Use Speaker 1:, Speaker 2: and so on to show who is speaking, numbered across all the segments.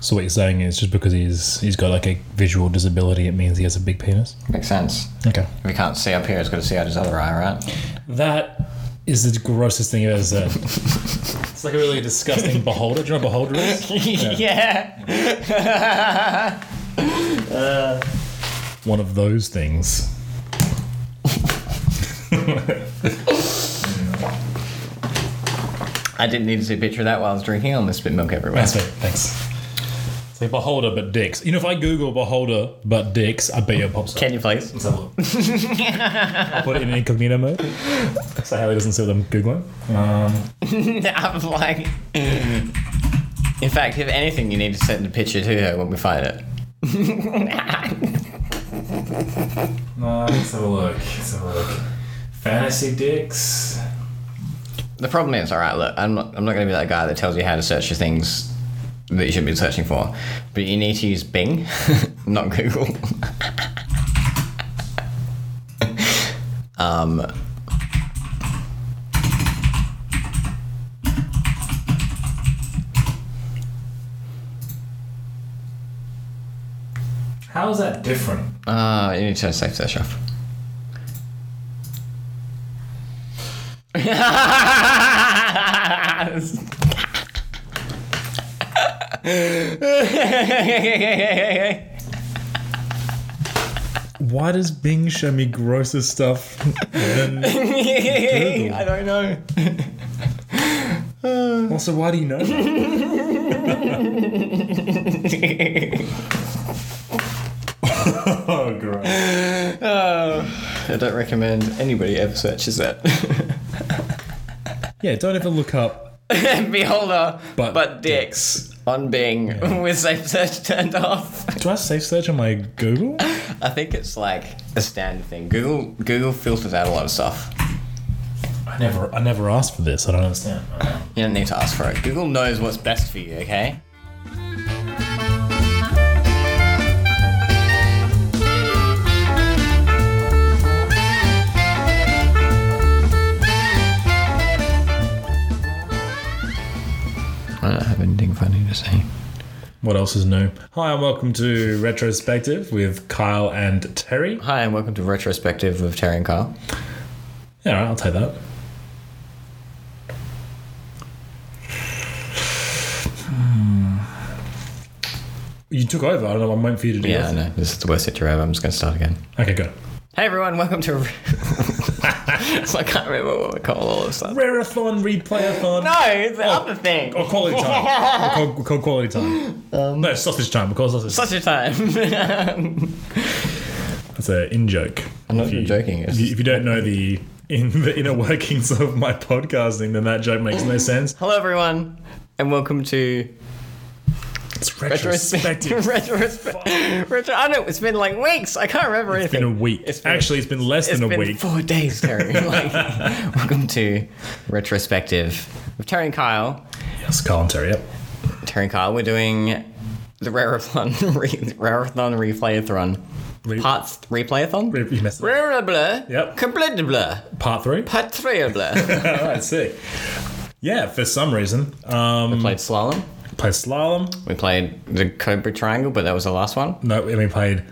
Speaker 1: So what you're saying is just because he's he's got like a visual disability, it means he has a big penis.
Speaker 2: Makes sense.
Speaker 1: Okay.
Speaker 2: We can't see up here. It's got to see out his other eye, right?
Speaker 1: That is the grossest thing you've ever said. it's like a really disgusting beholder. Do you know what beholder is?
Speaker 2: Yeah.
Speaker 1: One of those things.
Speaker 2: I didn't need to see a picture of that while I was drinking. I almost spit milk everywhere.
Speaker 1: That's right. Thanks. It's like beholder but dicks. You know, if I Google beholder but dicks, I bet you it pops up.
Speaker 2: Can you please?
Speaker 1: Let's have a look. I'll put it in incognito mode. So Haley doesn't see what I'm Googling.
Speaker 2: I'm like. In fact, if anything, you need to send the picture to her when we find it.
Speaker 1: No, let's have a look. Let's have a look. Fantasy dicks.
Speaker 2: The problem is, all right, look, I'm not, I'm not going to be that guy that tells you how to search for things that you shouldn't be searching for, but you need to use Bing, not Google. um,
Speaker 1: How is that different?
Speaker 2: uh, you need to turn safe search off.
Speaker 1: Why does Bing show me grosser stuff than.
Speaker 2: I don't know.
Speaker 1: Also, why do you know? that? oh, gross.
Speaker 2: I don't recommend anybody ever searches that.
Speaker 1: Yeah, don't ever look up.
Speaker 2: Beholder,
Speaker 1: But
Speaker 2: but, dicks on Bing with safe search turned off.
Speaker 1: Do I safe search on my Google?
Speaker 2: I think it's like a standard thing. Google Google filters out a lot of stuff.
Speaker 1: I never, I never asked for this. I don't understand.
Speaker 2: You don't need to ask for it. Google knows what's best for you. Okay. I don't have anything funny to say.
Speaker 1: What else is new? Hi, and welcome to Retrospective with Kyle and Terry.
Speaker 2: Hi, and welcome to Retrospective with Terry and Kyle.
Speaker 1: Yeah, all right, I'll take that. Hmm. You took over. I don't know. I'm waiting for you to do
Speaker 2: Yeah, I
Speaker 1: it.
Speaker 2: know. This is the worst intro ever. I'm just going to start again.
Speaker 1: Okay, go.
Speaker 2: Hey, everyone. Welcome to. so I can't remember what we call all of Oh. stuff.
Speaker 1: Rarathon, replayathon.
Speaker 2: No, it's the other thing.
Speaker 1: Or quality time. we, call, we call quality time.
Speaker 2: Um,
Speaker 1: no, sausage time. We call sausage.
Speaker 2: Such a time.
Speaker 1: That's a in joke.
Speaker 2: I'm not
Speaker 1: If you-
Speaker 2: even joking. It's
Speaker 1: If you, if you don't know the in the inner workings of my podcasting, then that joke makes no sense.
Speaker 2: Hello, everyone, and welcome to
Speaker 1: It's
Speaker 2: retrospective.
Speaker 1: retrospective.
Speaker 2: retrospective. Retro- I know it's been like weeks. I can't remember
Speaker 1: It's
Speaker 2: anything.
Speaker 1: been a week.
Speaker 2: It's been-
Speaker 1: Actually, it's been less
Speaker 2: It's
Speaker 1: than
Speaker 2: been
Speaker 1: a week.
Speaker 2: four days, Terry. like, welcome to retrospective with Terry and Kyle.
Speaker 1: Yes, Carl and Terry. Yep.
Speaker 2: Terry and Kyle, we're doing the Rarathon re- Rarathon Replayathon.
Speaker 1: Re-
Speaker 2: Parts Replayathon? Re-
Speaker 1: You messed it up.
Speaker 2: Rara blah.
Speaker 1: Yep.
Speaker 2: Complete blah.
Speaker 1: Part three.
Speaker 2: Patria blah.
Speaker 1: All right, sick. Yeah, for some reason, um,
Speaker 2: Played slalom.
Speaker 1: played slalom.
Speaker 2: We played the Cobra Triangle, but that was the last one.
Speaker 1: No, and we played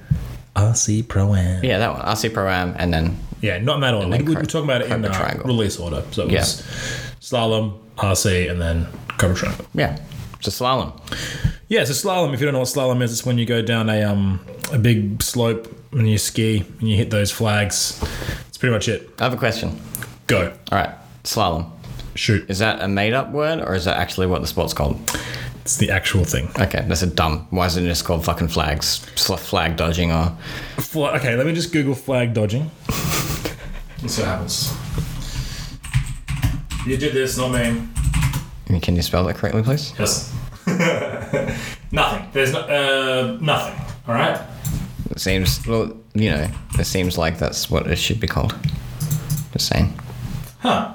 Speaker 1: RC Pro Am.
Speaker 2: Yeah, that one. RC Pro Am, and then
Speaker 1: Yeah, not in that order. We,
Speaker 2: then
Speaker 1: we
Speaker 2: Cro-
Speaker 1: were talking about it in
Speaker 2: Cobra
Speaker 1: uh,
Speaker 2: Triangle.
Speaker 1: release order. So it
Speaker 2: Yeah.
Speaker 1: was slalom, RC, and then Cobra Triangle.
Speaker 2: yeah, just slalom.
Speaker 1: Yeah, so slalom. If you don't know what slalom is, it's when you go down a um a big slope and you ski and you hit those flags. It's pretty much it.
Speaker 2: I have a question.
Speaker 1: Go
Speaker 2: All right, slalom.
Speaker 1: shoot.
Speaker 2: Is that a made-up word, or is that actually what the sport's called?
Speaker 1: It's the actual thing.
Speaker 2: Okay, that's a dumb. Why isn't it just called fucking flags, Sl- flag dodging, or
Speaker 1: Fla- okay, let me just Google flag dodging. Let's see what happens. You did this, not me.
Speaker 2: can you spell that correctly, please?
Speaker 1: Yes. nothing. There's no, uh, nothing. All right.
Speaker 2: It seems, well, you know, it seems like that's what it should be called. Just saying.
Speaker 1: Huh.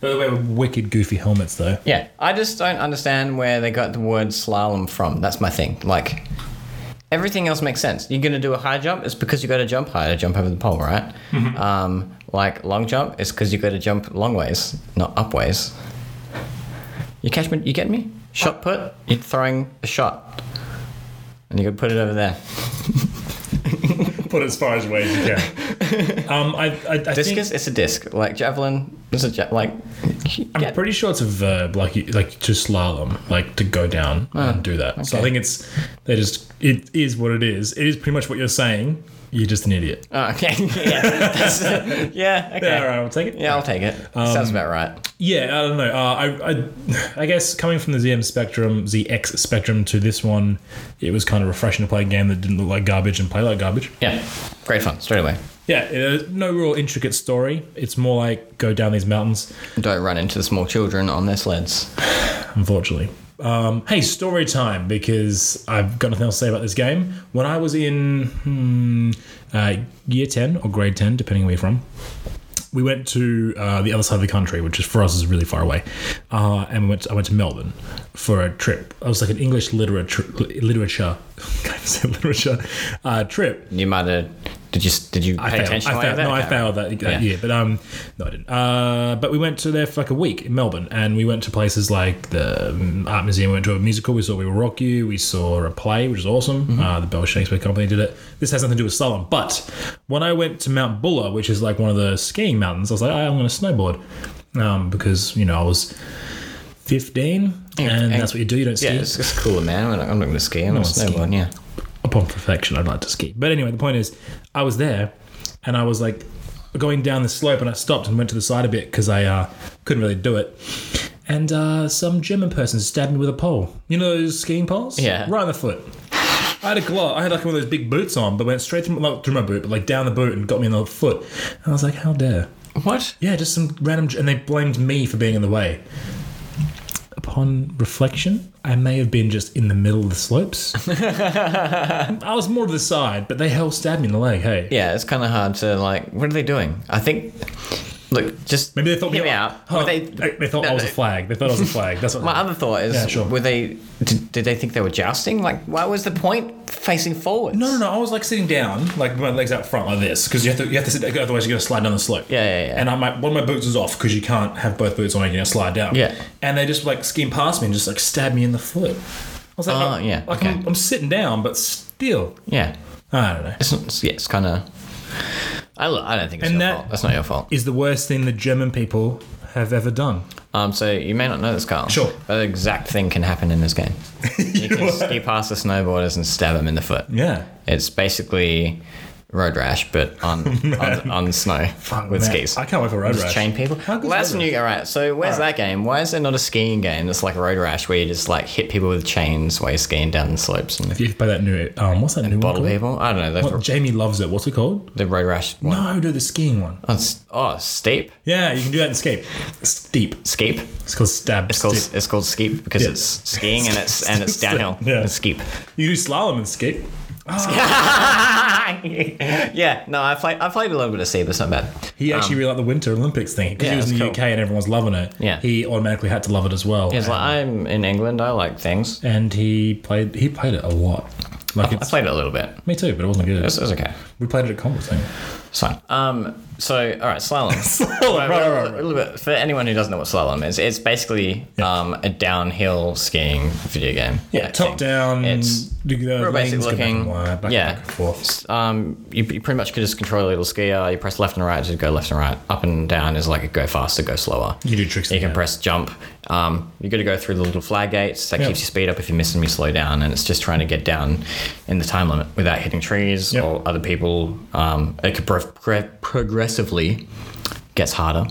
Speaker 1: By the way, wicked goofy helmets though.
Speaker 2: Yeah, I just don't understand where they got the word slalom from. That's my thing. Like, everything else makes sense. You're going to do a high jump, it's because you got to jump high to jump over the pole, right?
Speaker 1: Mm-hmm.
Speaker 2: Um, like, long jump, it's because you got to jump long ways, not up ways. You catch me? You get me? Shot put, you're throwing a shot. And you could put it over there.
Speaker 1: Put it as far away as you can. Um, I, I, I think
Speaker 2: Discus, it's a disc. Like javelin, it's a ja- like.
Speaker 1: I'm
Speaker 2: get-
Speaker 1: pretty sure it's a verb, like you- like to slalom, like to go down and do that. So I
Speaker 2: Ah, okay.
Speaker 1: think it's they just it is what it is. It is pretty much what you're saying. You're just an idiot.
Speaker 2: Oh, okay. yeah. That's- yeah. Okay.
Speaker 1: Yeah, all right, Um, I'll take it.
Speaker 2: Yeah, I'll take it. Sounds about right.
Speaker 1: Yeah, I don't know. Uh, I, I, I guess coming from the ZM spectrum, ZX spectrum to this one, it was kind of refreshing to play a game that didn't look like garbage and play like garbage.
Speaker 2: Yeah. Great fun. Straight away.
Speaker 1: Yeah, uh, no real intricate story. It's more like go down these mountains,
Speaker 2: Don't run into small children on their sleds.
Speaker 1: unfortunately. Um, hey, story time, because I've got nothing else to say about this game. When I was in hmm, uh, year 10 or grade 10, depending where you're from, we went to uh, the other side of the country, which is for us is really far away, uh, and we went. To, I went to Melbourne for a trip. It was like an English literature literature, can't even say literature uh, trip.
Speaker 2: You might have. Did you did you pay
Speaker 1: I failed.
Speaker 2: attention?
Speaker 1: I
Speaker 2: while
Speaker 1: failed.
Speaker 2: you were
Speaker 1: No,
Speaker 2: there?
Speaker 1: I
Speaker 2: Okay.
Speaker 1: failed that, that
Speaker 2: Yeah.
Speaker 1: year. But um, no, I didn't. Uh, but we went to there for like a week in Melbourne, and we went to places like the um, art museum. We went to a musical. We saw We Will Rock You. We saw a play, which is awesome.
Speaker 2: Mm-hmm.
Speaker 1: Uh, the Bell Shakespeare Company did it. This has nothing to do with slalom. But when I went to Mount Buller, which is like one of the skiing mountains, I was like, "Oh, I'm going to snowboard, um, because you know I was 15, and,
Speaker 2: and-
Speaker 1: that's what you do. You don't
Speaker 2: Yeah,
Speaker 1: ski.
Speaker 2: it's, it's cooler, man. I'm not, I'm not going to ski. I'm going to
Speaker 1: one's skiing.
Speaker 2: snowboard. Yeah.
Speaker 1: upon perfection I'd like to ski. But anyway, the point is, I was there, and I was like going down the slope, and I stopped and went to the side a bit because I uh, couldn't really do it. And uh, some German person stabbed me with a pole. You know those skiing poles?
Speaker 2: Yeah.
Speaker 1: Right in the foot. I had a glove. I had like one of those big boots on, but went straight through, like, through my boot, but like down the boot and got me in the foot. And I was like, how dare?
Speaker 2: What?
Speaker 1: Yeah, just some random. And they blamed me for being in the way. Upon reflection, I may have been just in the middle of the slopes. I was more to the side, but they hell stabbed me in the leg. Hey,
Speaker 2: Yeah, it's kind of hard to like. What are they doing? I think. Look, just
Speaker 1: maybe they thought
Speaker 2: hear
Speaker 1: me
Speaker 2: me out.
Speaker 1: Huh.
Speaker 2: Were
Speaker 1: they,
Speaker 2: they-
Speaker 1: they thought
Speaker 2: no,
Speaker 1: I was a
Speaker 2: no.
Speaker 1: flag. They thought I was a flag. That's what.
Speaker 2: My other thought is,
Speaker 1: Yeah, sure.
Speaker 2: were they? Did, did they think they were jousting? Like, why was the point facing forwards?
Speaker 1: no, no, no. I was like sitting down, like with my legs out front like this, because you have to you have to sit down, otherwise you're gonna slide down the slope.
Speaker 2: Yeah, yeah, yeah.
Speaker 1: And I might one of my boots is off because you can't have both boots on. You're gonna slide down.
Speaker 2: Yeah.
Speaker 1: And they just like skimmed past me and just like stabbed me in the foot. I was like,
Speaker 2: Oh,
Speaker 1: oh
Speaker 2: yeah,
Speaker 1: like,
Speaker 2: okay.
Speaker 1: I'm, I'm sitting down, but still,
Speaker 2: Yeah,
Speaker 1: I don't know.
Speaker 2: it's, it's yeah, it's kind of. I, lo- I don't think it's
Speaker 1: And
Speaker 2: your
Speaker 1: that-
Speaker 2: fault. That's not your fault.
Speaker 1: Is the worst thing the German people have ever done.
Speaker 2: Um, so you may not know this, Carl.
Speaker 1: Sure.
Speaker 2: But the exact thing can happen in this game. you can ski past the snowboarders and stab them in the foot.
Speaker 1: Yeah.
Speaker 2: It's basically road rash, but on on, on snow with
Speaker 1: Man,
Speaker 2: skis.
Speaker 1: I can't wait for road
Speaker 2: Just
Speaker 1: rash.
Speaker 2: chain people.
Speaker 1: How
Speaker 2: Well,
Speaker 1: good's
Speaker 2: that's
Speaker 1: road
Speaker 2: new. All right. So where's that game? Why is there not a skiing game that's like road rash, where you just like hit people with chains while you're skiing down the slopes and
Speaker 1: If you play that new, um, what's that new one
Speaker 2: bottle
Speaker 1: called?
Speaker 2: people? I don't know.
Speaker 1: What,
Speaker 2: The,
Speaker 1: Jamie loves it. What's it called?
Speaker 2: the road rash. One.
Speaker 1: No, do the skiing one.
Speaker 2: Oh, it's, oh, steep.
Speaker 1: Yeah, you can do that in Scape. Steep.
Speaker 2: Scape.
Speaker 1: It's called stab.
Speaker 2: It's called
Speaker 1: Steep.
Speaker 2: it's called skeep because
Speaker 1: Yeah.
Speaker 2: it's skiing and it's and it's downhill.
Speaker 1: Yeah.
Speaker 2: It's skeep.
Speaker 1: You do slalom in Scape.
Speaker 2: yeah, no, I played I played a little bit of Sea, but it's not bad.
Speaker 1: He actually really liked the Winter Olympics thing because
Speaker 2: Um, yeah,
Speaker 1: he was in
Speaker 2: that's
Speaker 1: the
Speaker 2: cool.
Speaker 1: UK and everyone was loving it.
Speaker 2: Yeah.
Speaker 1: He automatically had to love it as well.
Speaker 2: It's like I'm in England, I like things.
Speaker 1: and he played he played it a lot. Like
Speaker 2: I
Speaker 1: it's
Speaker 2: played it a little bit.
Speaker 1: me too, but it wasn't good.
Speaker 2: It's, it's okay.
Speaker 1: We played it at Congress. I think.
Speaker 2: It's fine. Um so all right, slalom.
Speaker 1: right, right, right,
Speaker 2: A little bit for anyone who doesn't know what slalom is, it's basically um, a downhill skiing video game.
Speaker 1: Yeah, top
Speaker 2: thing.
Speaker 1: down.
Speaker 2: It's
Speaker 1: the, the
Speaker 2: real basic
Speaker 1: lanes go back and
Speaker 2: looking.
Speaker 1: wide, back,
Speaker 2: Yeah.
Speaker 1: back and forth.
Speaker 2: um, you, you pretty much could just control a little skier. You press left and right to go left and right. Up and down is like a go faster, go slower.
Speaker 1: You do tricks.
Speaker 2: You
Speaker 1: like
Speaker 2: can
Speaker 1: that.
Speaker 2: press jump. Um, you got to go through the little flag gates. That
Speaker 1: Yep.
Speaker 2: keeps your speed up. If you miss them, you slow down. And it's just trying to get down in the time limit without hitting trees
Speaker 1: Yep.
Speaker 2: or other people. Um, it could pro- pro- progressively gets harder.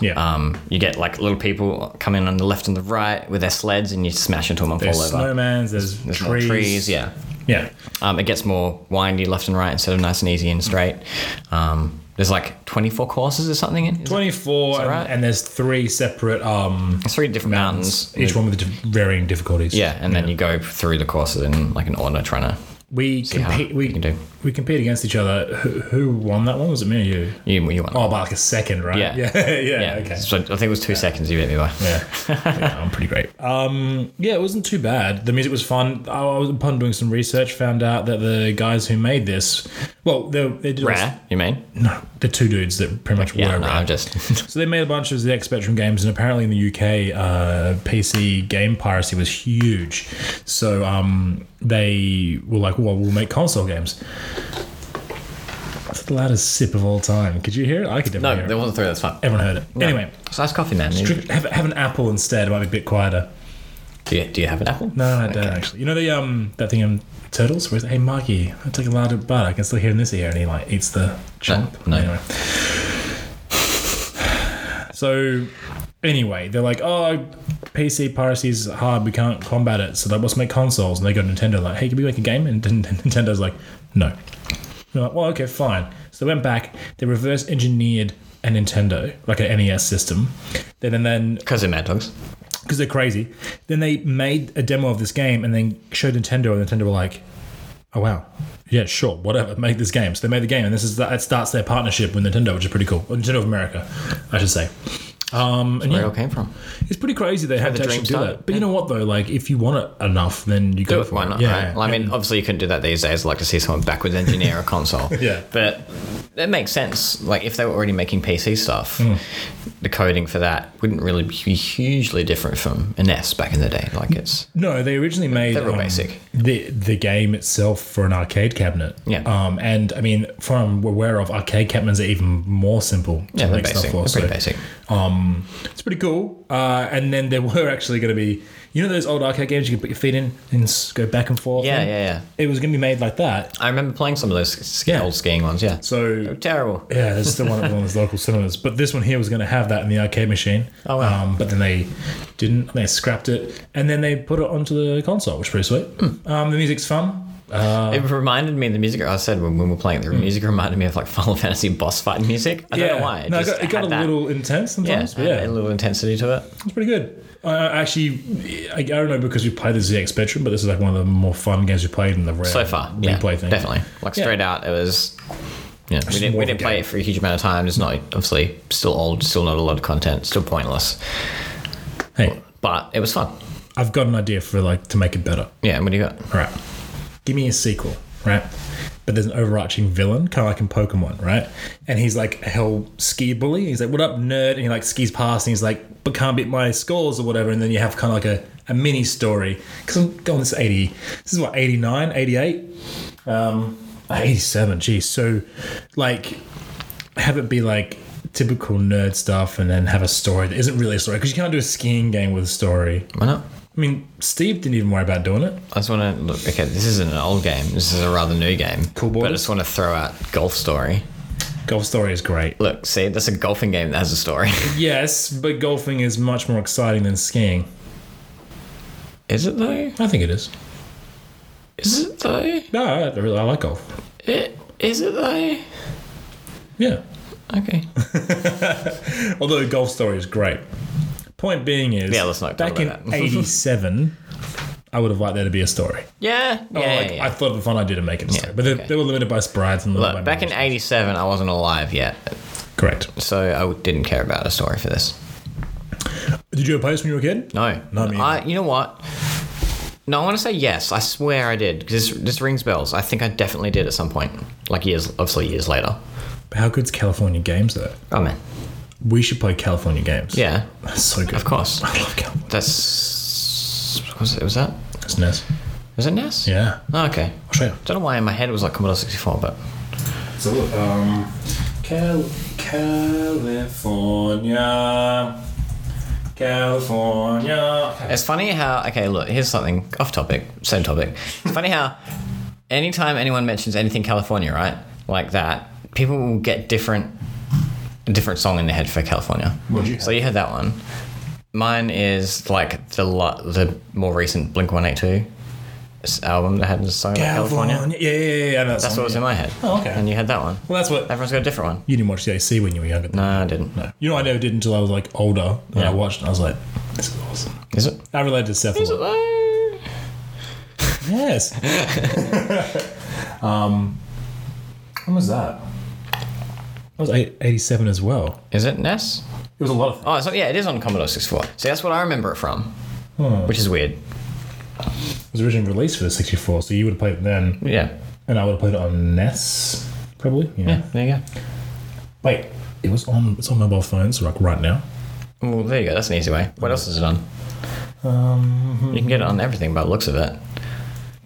Speaker 1: Yeah.
Speaker 2: Um, you get like little people come in on the left and the right with their sleds, and you smash into them and
Speaker 1: There's
Speaker 2: fall over.
Speaker 1: snowmans. There's,
Speaker 2: There's more
Speaker 1: trees.
Speaker 2: trees. Yeah.
Speaker 1: Yeah.
Speaker 2: Um, it gets more windy left and right instead of nice and easy and straight. Um, there's like 24 courses or something in. Is it?
Speaker 1: Twenty-four, and,
Speaker 2: right?
Speaker 1: and there's three separate um,
Speaker 2: It's three different mountains.
Speaker 1: each one with diff- varying difficulties.
Speaker 2: Yeah, and then you go through the courses in like an order trying to
Speaker 1: We
Speaker 2: how
Speaker 1: compete. We
Speaker 2: you can do.
Speaker 1: We compete against each other. Who, who won that one? Was it me or you?
Speaker 2: You, you won.
Speaker 1: Oh, by like a second, right?
Speaker 2: Yeah.
Speaker 1: yeah, yeah.
Speaker 2: yeah.
Speaker 1: Okay.
Speaker 2: So I think it was two seconds you beat me by.
Speaker 1: Yeah. Yeah, I'm pretty great. Um, yeah, it wasn't too bad. The music was fun. I I was upon doing some research, found out that the guys who made this, well, they, they did
Speaker 2: Rare, you mean?
Speaker 1: no, the two dudes that pretty much
Speaker 2: Yeah,
Speaker 1: were
Speaker 2: no,
Speaker 1: Rare.
Speaker 2: I'm just.
Speaker 1: So they made a bunch of the X Spectrum games, and apparently in the UK, uh, PC game piracy was huge. So um, they were like, "Well, we'll make console games." That's the loudest sip of all time. Could you hear it? I could definitely
Speaker 2: no,
Speaker 1: hear
Speaker 2: there
Speaker 1: it.
Speaker 2: wasn't three. That's fine.
Speaker 1: Everyone heard it. Anyway,
Speaker 2: It's nice coffee, man. You-
Speaker 1: drink- have, have an apple instead. It might be a bit quieter.
Speaker 2: do, you, do you have an apple?
Speaker 1: No, I don't actually. You know the um that thing in Turtles where it's, hey Marky, I take a larger bite. I can still hear in this ear, and he like eats the chunk.
Speaker 2: no.
Speaker 1: Anyway. So, anyway, they're like, oh, PC piracy's hard. We can't combat it. So they let's make consoles. And they go to Nintendo like, hey, can we make a game? And N- N- Nintendo's like, no. And they're like, well, okay, fine. So they went back. They reverse engineered a Nintendo, like an NES system. Then and then
Speaker 2: Because they're mad dogs.
Speaker 1: because they're crazy. Then they made a demo of this game and then showed Nintendo, and Nintendo were like, "Oh wow, yeah, sure, whatever, make this game." So they made the game, and this is that starts their partnership with Nintendo, which is pretty cool. Or Nintendo of America, I should say. Um, and
Speaker 2: Where it
Speaker 1: yeah,
Speaker 2: all came from.
Speaker 1: it's pretty crazy they had
Speaker 2: the
Speaker 1: to
Speaker 2: dream
Speaker 1: actually do
Speaker 2: started,
Speaker 1: that. But you know what though, like if you want it enough, then you go
Speaker 2: But
Speaker 1: for
Speaker 2: why
Speaker 1: it.
Speaker 2: not?
Speaker 1: Yeah,
Speaker 2: right? Well, I mean, obviously you couldn't do that these days. Like to see someone backwards engineer a console.
Speaker 1: Yeah.
Speaker 2: But it makes sense. Like if they were already making PC stuff,
Speaker 1: Mm.
Speaker 2: the coding for that wouldn't really be hugely different from an S back in the day. Like it's
Speaker 1: No, they originally made um,
Speaker 2: They're real basic.
Speaker 1: the the game itself for an arcade cabinet.
Speaker 2: Yeah.
Speaker 1: Um, and I mean, from what we're aware of, arcade cabinets are even more simple. To
Speaker 2: yeah, they're
Speaker 1: make
Speaker 2: basic.
Speaker 1: Stuff for,
Speaker 2: They're pretty
Speaker 1: so-
Speaker 2: basic.
Speaker 1: Um, it's pretty cool. Uh, and then there were actually going to be, you know, those old arcade games you could put your feet in and s- go back and forth.
Speaker 2: Yeah,
Speaker 1: in?
Speaker 2: yeah, yeah.
Speaker 1: It was going to be made like that.
Speaker 2: I remember playing some of those sk-
Speaker 1: Yeah.
Speaker 2: old skiing ones. Yeah.
Speaker 1: So
Speaker 2: Terrible.
Speaker 1: yeah, there's still one at one of those local cinemas. But this one here was going to have that in the arcade machine.
Speaker 2: Oh, wow.
Speaker 1: Um, but then they didn't. They scrapped it, and then they put it onto the console, which is pretty sweet.
Speaker 2: Hmm.
Speaker 1: Um, the music's fun. Uh, mm.
Speaker 2: it reminded me of the music. I said when, when we were playing, the music reminded me of like Final Fantasy boss fight music. I don't know why.
Speaker 1: no, it
Speaker 2: just
Speaker 1: got, it got
Speaker 2: had
Speaker 1: a
Speaker 2: that-
Speaker 1: little intense
Speaker 2: yeah,
Speaker 1: sometimes. but
Speaker 2: had
Speaker 1: yeah.
Speaker 2: a little intensity to it.
Speaker 1: It's pretty good. I I actually, I, I don't know because we played the ZX Spectrum, but this is like one of the more fun games we played in the rare
Speaker 2: so far.
Speaker 1: replay
Speaker 2: Yeah,
Speaker 1: thing.
Speaker 2: definitely. Like
Speaker 1: Yeah.
Speaker 2: straight out, it was. Yeah, we didn't,
Speaker 1: more
Speaker 2: we
Speaker 1: of a
Speaker 2: didn't play
Speaker 1: game.
Speaker 2: it for a huge amount of time. It's not obviously still old, still not a lot of content, still pointless.
Speaker 1: Hey,
Speaker 2: But it was fun.
Speaker 1: I've got an idea for like to make it better.
Speaker 2: Yeah, and what do you got?
Speaker 1: All right, give me a sequel, right? But there's an overarching villain, kind of like in Pokemon, right? And he's like a hell ski bully. He's like, "What up, nerd?" And he like skis past, and he's like, "But can't beat my scores or whatever." And then you have kind of like a, a mini story because I'm going this eighty. This is what 89, 88? Um, eighty seven. Geez, so like have it be like typical nerd stuff and then have a story that isn't really a story because you can't do a skiing game with a story.
Speaker 2: Why not?
Speaker 1: I mean, Steve didn't even worry about doing it.
Speaker 2: I just want to look. Okay, this isn't an old game. This is a rather new game.
Speaker 1: Cool
Speaker 2: But I
Speaker 1: Borders?
Speaker 2: just want to throw out Golf Story.
Speaker 1: Golf story is great.
Speaker 2: Look, see, that's a golfing game that has a story.
Speaker 1: Yes, but golfing is much more exciting than skiing.
Speaker 2: is it though?
Speaker 1: I think it is.
Speaker 2: Is it though?
Speaker 1: No, I I really I like golf.
Speaker 2: It is it though?
Speaker 1: Yeah.
Speaker 2: Okay.
Speaker 1: Although golf story is great. Point being is,
Speaker 2: Yeah, let's not talk
Speaker 1: back in
Speaker 2: about that.
Speaker 1: '87, I would have liked there to be a story.
Speaker 2: Yeah. Yeah.
Speaker 1: Or, like,
Speaker 2: yeah, yeah.
Speaker 1: I thought of a fun idea to make it a story, but they,
Speaker 2: okay.
Speaker 1: they were limited by sprites and limited
Speaker 2: Look,
Speaker 1: by
Speaker 2: back in
Speaker 1: numbers.
Speaker 2: '87, I wasn't alive yet,
Speaker 1: correct.
Speaker 2: so I didn't care about a story for this.
Speaker 1: Did you ever play this when you were a kid?
Speaker 2: No,
Speaker 1: Not me
Speaker 2: I, you know what? No, I want to say yes. I swear I did. 'cause This this rings bells. I think I definitely did at some point, like years, obviously years later.
Speaker 1: How good's California Games though?
Speaker 2: Oh man,
Speaker 1: We should play California Games.
Speaker 2: yeah,
Speaker 1: That's so good.
Speaker 2: of course.
Speaker 1: I love California.
Speaker 2: That's what was it? Was that?
Speaker 1: That's nice.
Speaker 2: Was it NES?
Speaker 1: Yeah.
Speaker 2: Oh, okay.
Speaker 1: I'll show you.
Speaker 2: Don't know why in my head it was like Commodore 64, but
Speaker 1: So look, um, Cal- California, California.
Speaker 2: it's funny how. Okay, look, here's something off topic, same topic. It's funny how anytime anyone mentions anything California, right, like that, people will get different, a different song in their head for California.
Speaker 1: What'd you
Speaker 2: So you had that one. Mine is like the lo- the more recent Blink One Eight Two album that had the song about California.
Speaker 1: California. Yeah, yeah, yeah. yeah that's
Speaker 2: That's what was in my head.
Speaker 1: Oh, okay.
Speaker 2: And you had that one.
Speaker 1: Well, that's what.
Speaker 2: Everyone's got a different one.
Speaker 1: You didn't watch the AC when you were younger.
Speaker 2: No, I didn't.
Speaker 1: You know, I never did until I was like older. And
Speaker 2: Yeah.
Speaker 1: I watched, and I was like, "This is awesome."
Speaker 2: Is it?
Speaker 1: I related to Seth. a lot.
Speaker 2: Uh,
Speaker 1: Yeah, cares? um, when was that? That was eight- 87 as well.
Speaker 2: Is it NES?
Speaker 1: It was a lot of
Speaker 2: Oh, so yeah, it is on Commodore 64. So that's what I remember it from,
Speaker 1: Hmm.
Speaker 2: which is weird.
Speaker 1: It was originally released for the 64, so you would have played it then,
Speaker 2: Yeah.
Speaker 1: and I would have played it on NES, probably. Yeah.
Speaker 2: Yeah, there you
Speaker 1: Wait, it was on. It's on mobile phones like right now.
Speaker 2: go. Well, there you go. That's an easy way. What else is it on?
Speaker 1: hmm.
Speaker 2: Um, you can get it on everything by the looks of it.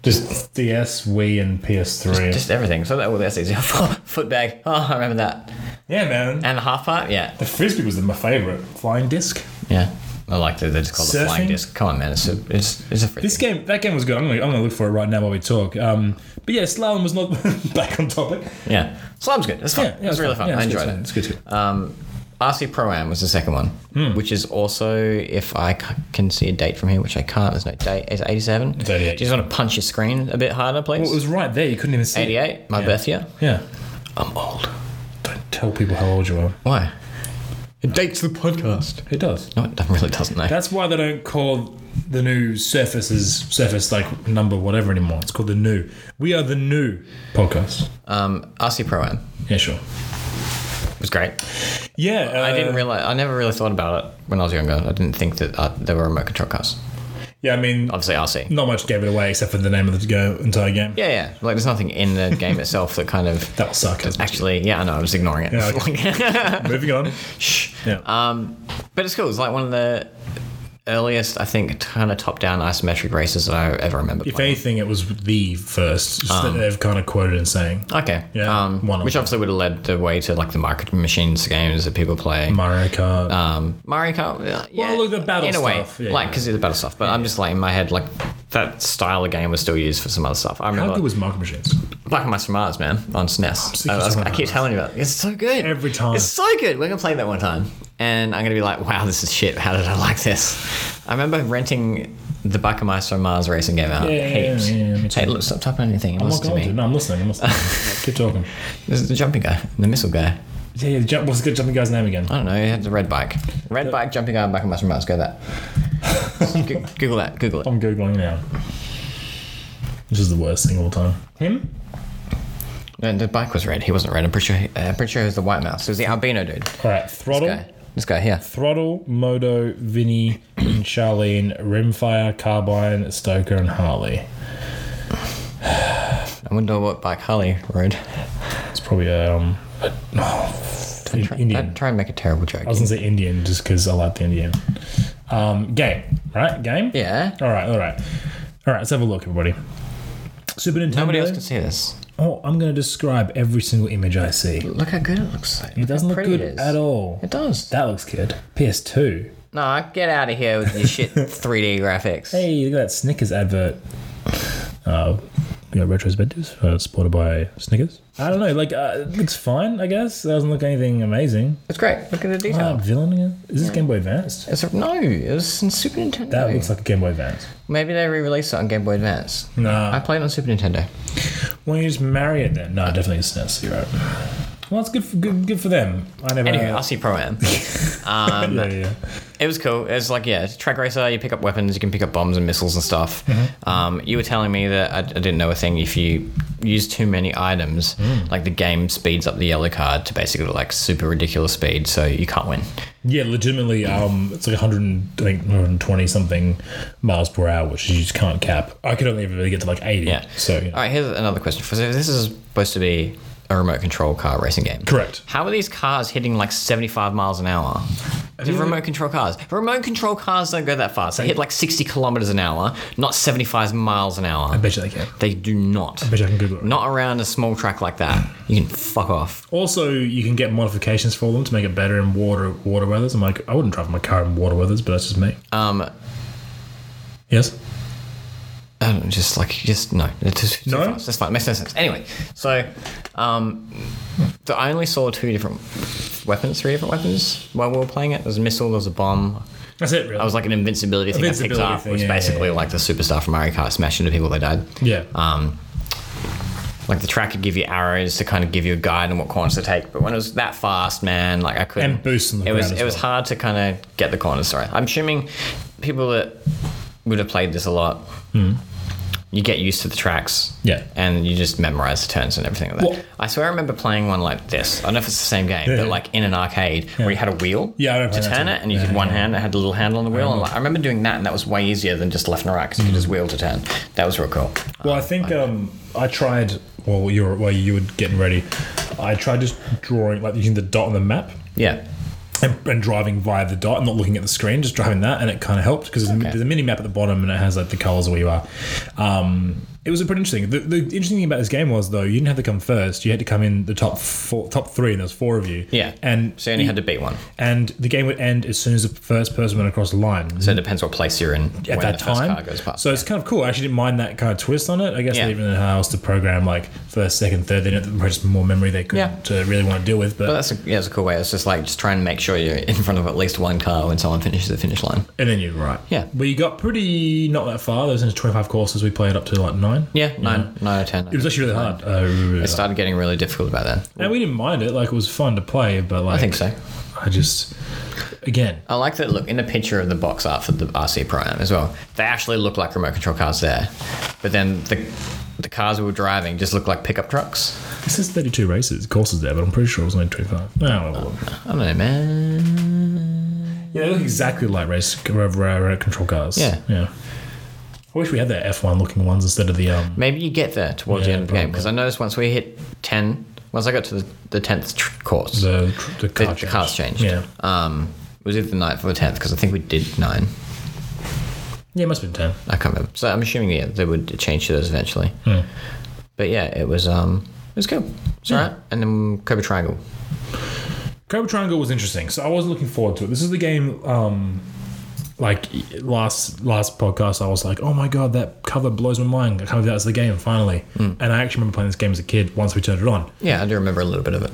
Speaker 1: Just DS, Wii, and PS3.
Speaker 2: Just everything. So that, well, that's easy. Footbag. Oh, I remember that.
Speaker 1: yeah, man.
Speaker 2: And the half part? Yeah.
Speaker 1: The frisbee was my favorite. Flying disc.
Speaker 2: Yeah. I like that they just called it flying
Speaker 1: Surfing?
Speaker 2: disc. Come on, man. It's a, it's, it's a free
Speaker 1: This game, that game was good. I'm gonna, I'm gonna look for it right now while we talk. Um, but yeah, slalom was not back on topic.
Speaker 2: Yeah. Slalom's good. It's fun.
Speaker 1: Yeah, yeah,
Speaker 2: it's,
Speaker 1: it's
Speaker 2: really
Speaker 1: fun.
Speaker 2: fun.
Speaker 1: Yeah,
Speaker 2: I
Speaker 1: it's good,
Speaker 2: enjoyed
Speaker 1: it's
Speaker 2: it.
Speaker 1: fun. It's good, it's
Speaker 2: Um, RC Pro Am was the second one,
Speaker 1: Hmm.
Speaker 2: which is also, if I c- can see a date from here, which I can't, there's no date, it's 87.
Speaker 1: It's 88.
Speaker 2: Do you just want to punch your screen a bit harder, please?
Speaker 1: Well, it was right there. You couldn't even see. it.
Speaker 2: 88, my birth year.
Speaker 1: Yeah.
Speaker 2: I'm old.
Speaker 1: Don't tell people how old you are.
Speaker 2: Why? It dates the podcast.
Speaker 1: It does.
Speaker 2: No, it really doesn't, though.
Speaker 1: That's why they don't call the new surfaces surface like number whatever anymore. It's called the new. We are the new podcast.
Speaker 2: Um, RC Pro Am
Speaker 1: Yeah, sure.
Speaker 2: was great.
Speaker 1: Yeah, uh,
Speaker 2: I didn't realize, I never really thought about it when I was younger. I didn't think that uh, there were remote control cars.
Speaker 1: Yeah, I mean,
Speaker 2: Obviously, RC.
Speaker 1: not much gave it away except for the name of the go- entire game.
Speaker 2: Yeah, yeah. Like, there's nothing in the game itself that kind of.
Speaker 1: That was sarcasm.
Speaker 2: Actually, yeah, I know. I was ignoring it.
Speaker 1: Yeah, Moving on. Yeah.
Speaker 2: um, but it's cool. It's like one of the earliest, I think, kind of top-down isometric races that I ever remember.
Speaker 1: if
Speaker 2: playing.
Speaker 1: anything, it was the first just
Speaker 2: Um.
Speaker 1: that they've kind of quoted and saying
Speaker 2: Okay.
Speaker 1: Yeah,
Speaker 2: um,
Speaker 1: one of
Speaker 2: which
Speaker 1: them.
Speaker 2: obviously would have led the way to like the market machines games that people play.
Speaker 1: Mario Kart.
Speaker 2: um, Mario Kart. uh, Yeah,
Speaker 1: look, the battle
Speaker 2: in a way,
Speaker 1: stuff, yeah,
Speaker 2: like
Speaker 1: yeah.
Speaker 2: because it's the battle stuff. But I'm just like in my head, like that style of game was still used for some other stuff. I
Speaker 1: How
Speaker 2: remember
Speaker 1: good was Market Machines?
Speaker 2: Black and Mice from Mars, man, on SNES.
Speaker 1: sick
Speaker 2: I,
Speaker 1: of
Speaker 2: I was-
Speaker 1: Black
Speaker 2: I
Speaker 1: and
Speaker 2: keep
Speaker 1: Mice.
Speaker 2: telling you about it. It's so good.
Speaker 1: Every time.
Speaker 2: It's so good. We're going to play that one time. And I'm going to be like, wow, this is shit. How did I like this? I remember renting the Black and Mice from Mars racing game out.
Speaker 1: Yeah, yeah,
Speaker 2: heaps.
Speaker 1: yeah, yeah, me too. Oh
Speaker 2: hey, look, stop typing anything.
Speaker 1: I'm not
Speaker 2: Listen to
Speaker 1: going
Speaker 2: me.
Speaker 1: to. No, I'm listening. I'm listening. Keep talking.
Speaker 2: This is the jumping guy, the missile guy.
Speaker 1: Yeah, yeah. the Jump, what's the good jumping guy's name again?
Speaker 2: I don't know. He had the red bike. Red bike, jumping guy, Black and Mice from Mars. Go that. Go- Google that. Google it.
Speaker 1: I'm googling now. This is the worst thing of all time. Him?
Speaker 2: No, the bike was red. He wasn't red. I'm pretty sure. He, uh, I'm pretty sure he was the white mouse. It was the albino dude. This
Speaker 1: All right. Throttle.
Speaker 2: guy. This guy here.
Speaker 1: Throttle, Modo, Vinny, and Charlene, Rimfire, Carbine, Stoker, and Harley.
Speaker 2: I wonder what bike Harley rode.
Speaker 1: It's probably um, a, oh, Indian.
Speaker 2: I'd try and make a terrible joke.
Speaker 1: I was gonna say Indian just because I like the Indian. Um, game, right? Game.
Speaker 2: Yeah.
Speaker 1: All right, all right, all right. Let's have a look, everybody. Super Nintendo.
Speaker 2: Nobody else can see this.
Speaker 1: Oh, I'm gonna describe every single image I see.
Speaker 2: Look how good it looks. Like.
Speaker 1: It doesn't look
Speaker 2: pretty
Speaker 1: good
Speaker 2: it is.
Speaker 1: at all.
Speaker 2: It does.
Speaker 1: That looks good. PS2.
Speaker 2: No, get out of here with your shit 3D graphics.
Speaker 1: Hey, look at that Snickers advert. Uh, you know, retrospectives uh, supported by Snickers. I don't know. Like, uh, it looks fine, I guess. It doesn't look anything amazing.
Speaker 2: It's great. Look at the
Speaker 1: Uh,
Speaker 2: detail.
Speaker 1: villain again? Is this Game Boy Advance?
Speaker 2: It's a, no, it was in Super Nintendo.
Speaker 1: That looks like a Game Boy Advance.
Speaker 2: Maybe they re-released it on Game Boy Advance.
Speaker 1: Nah.
Speaker 2: I played it on Super Nintendo.
Speaker 1: Why don't you just marry it then? No, definitely it's SNES. You're right. Well, it's good for good, good for them. I never.
Speaker 2: Anyway, I see Pro Am.
Speaker 1: yeah, yeah.
Speaker 2: It was cool. It was like, yeah, it's a track racer. You pick up weapons. You can pick up bombs and missiles and stuff.
Speaker 1: Mm-hmm.
Speaker 2: Um, you were telling me that I, I didn't know a thing. If you use too many items,
Speaker 1: Mm.
Speaker 2: like the game speeds up the yellow card to basically like super ridiculous speed, so you can't win.
Speaker 1: Yeah, legitimately, um, it's like 100, and- I think 120 something miles per hour, which you just can't cap. I could only ever really get to like 80.
Speaker 2: Yeah.
Speaker 1: So you know.
Speaker 2: All right, here's another question. For so this is supposed to be a remote control car racing game.
Speaker 1: correct.
Speaker 2: How are these cars hitting like 75 miles an hour? The
Speaker 1: you ever-
Speaker 2: remote control cars. Remote control cars don't go that fast. They hit like 60 kilometers an hour, not 75 miles an hour.
Speaker 1: I bet you they can.
Speaker 2: They do not.
Speaker 1: I bet you I can Google it.
Speaker 2: Not around a small track like that. You can fuck off.
Speaker 1: Also, you can get modifications for them to make it better in water water weathers. I'm like, I wouldn't drive my car in water weathers, but that's just me.
Speaker 2: Um,
Speaker 1: yes.
Speaker 2: I don't know, um, just like just no, it's just too
Speaker 1: No?
Speaker 2: fast. That's fine. Makes no sense. Anyway, so um, the, I only saw two different weapons, three different weapons while we were playing it. There was a missile, there was a bomb.
Speaker 1: That's it. Really.
Speaker 2: That was like an invincibility thing
Speaker 1: Invincibility
Speaker 2: I picked up,
Speaker 1: thing,
Speaker 2: which
Speaker 1: yeah, yeah,
Speaker 2: basically like the superstar from Mario Kart smashed into people they died.
Speaker 1: yeah.
Speaker 2: um, like the track could give you arrows to kind of give you a guide on what corners to take. But when it was that fast, man, like I couldn't.
Speaker 1: And boosts on the
Speaker 2: It was
Speaker 1: ground as
Speaker 2: it was
Speaker 1: well.
Speaker 2: hard to kind of get the corners. Sorry, I'm assuming people that would have played this a lot you get used to the tracks.
Speaker 1: Hmm. Yeah.
Speaker 2: And you just memorize the turns and everything like that.
Speaker 1: Well-
Speaker 2: I swear I remember playing one like this. I don't know if it's the same game,
Speaker 1: Yeah.
Speaker 2: but like in an arcade where you had a wheel
Speaker 1: Yeah, I don't
Speaker 2: to
Speaker 1: play that
Speaker 2: turn
Speaker 1: too.
Speaker 2: it and you
Speaker 1: Yeah,
Speaker 2: could one
Speaker 1: yeah.
Speaker 2: hand, it had a little handle on the wheel. And like, I remember doing that and that was way easier than just left and right because
Speaker 1: Hmm.
Speaker 2: you could just wheel to turn. That was real cool.
Speaker 1: Well, I think um, I tried. Well, you were well, you were getting ready. I tried just drawing, like using the dot on the map
Speaker 2: Yeah.
Speaker 1: and, and driving via the dot, and not looking at the screen, just driving that, and it kind of helped because there's, a- there's a mini map at the bottom and it has like the colors where you are. Um, it was a pretty interesting. The, the interesting thing about this game was though, you didn't have to come first. You had to come in the top four, top three, and there was four of you.
Speaker 2: Yeah.
Speaker 1: and
Speaker 2: So you only had to beat one.
Speaker 1: and the game would end as soon as the first person went across the line.
Speaker 2: So it depends what place you're in
Speaker 1: Mm. at
Speaker 2: when
Speaker 1: that
Speaker 2: the first
Speaker 1: time.
Speaker 2: car goes past.
Speaker 1: So it's kind of cool. I actually didn't mind that kind of twist on it. I guess
Speaker 2: Yeah.
Speaker 1: they even know how else to program like first, second, third. They didn't just more memory they could
Speaker 2: Yeah.
Speaker 1: to really want to deal with. But,
Speaker 2: But that's a, yeah, that's a cool way. It's just like just trying to make sure you're in front of at least one car when someone finishes the finish line.
Speaker 1: and then you're right.
Speaker 2: Yeah.
Speaker 1: But you got pretty not that far. There was 25 courses. We played up to like nine.
Speaker 2: Yeah, nine, nine or ten.
Speaker 1: It was actually really hard. I really
Speaker 2: It started getting really difficult about then.
Speaker 1: and we didn't mind it. Like it was fun to play, but like
Speaker 2: I think so.
Speaker 1: I just again.
Speaker 2: I like that look in the picture of the box art for the RC Prime as well. They actually look like remote control cars there, but then the the cars we were driving just look like pickup trucks.
Speaker 1: It says 32 races courses there, but I'm pretty sure it was only 25. No, well, well.
Speaker 2: I don't know, man.
Speaker 1: Yeah, they look exactly like race r- r- r- control cars.
Speaker 2: Yeah.
Speaker 1: yeah. I wish we had the F1 looking ones instead of the um.
Speaker 2: Maybe you get there towards
Speaker 1: Yeah,
Speaker 2: the end of the game because I
Speaker 1: probably.
Speaker 2: noticed once we hit ten, once I got to the the tenth tr- course,
Speaker 1: the the car
Speaker 2: the, the
Speaker 1: change.
Speaker 2: cars changed.
Speaker 1: Yeah,
Speaker 2: Um, it was either the ninth or the tenth because I think we did nine.
Speaker 1: yeah, it must have been ten.
Speaker 2: I can't remember. So I'm assuming yeah, they would change to those eventually.
Speaker 1: Hmm.
Speaker 2: But yeah, it was um, it was cool. It's alright. And then Cobra Triangle.
Speaker 1: Cobra Triangle was interesting, so I was looking forward to it. This is the game. Um, like last last podcast, I was like, "Oh my god, that cover blows my mind! I can't believe that's the game finally."
Speaker 2: Hmm.
Speaker 1: And I actually remember playing this game as a kid. Once we turned it on,
Speaker 2: Yeah, I do remember a little bit of it.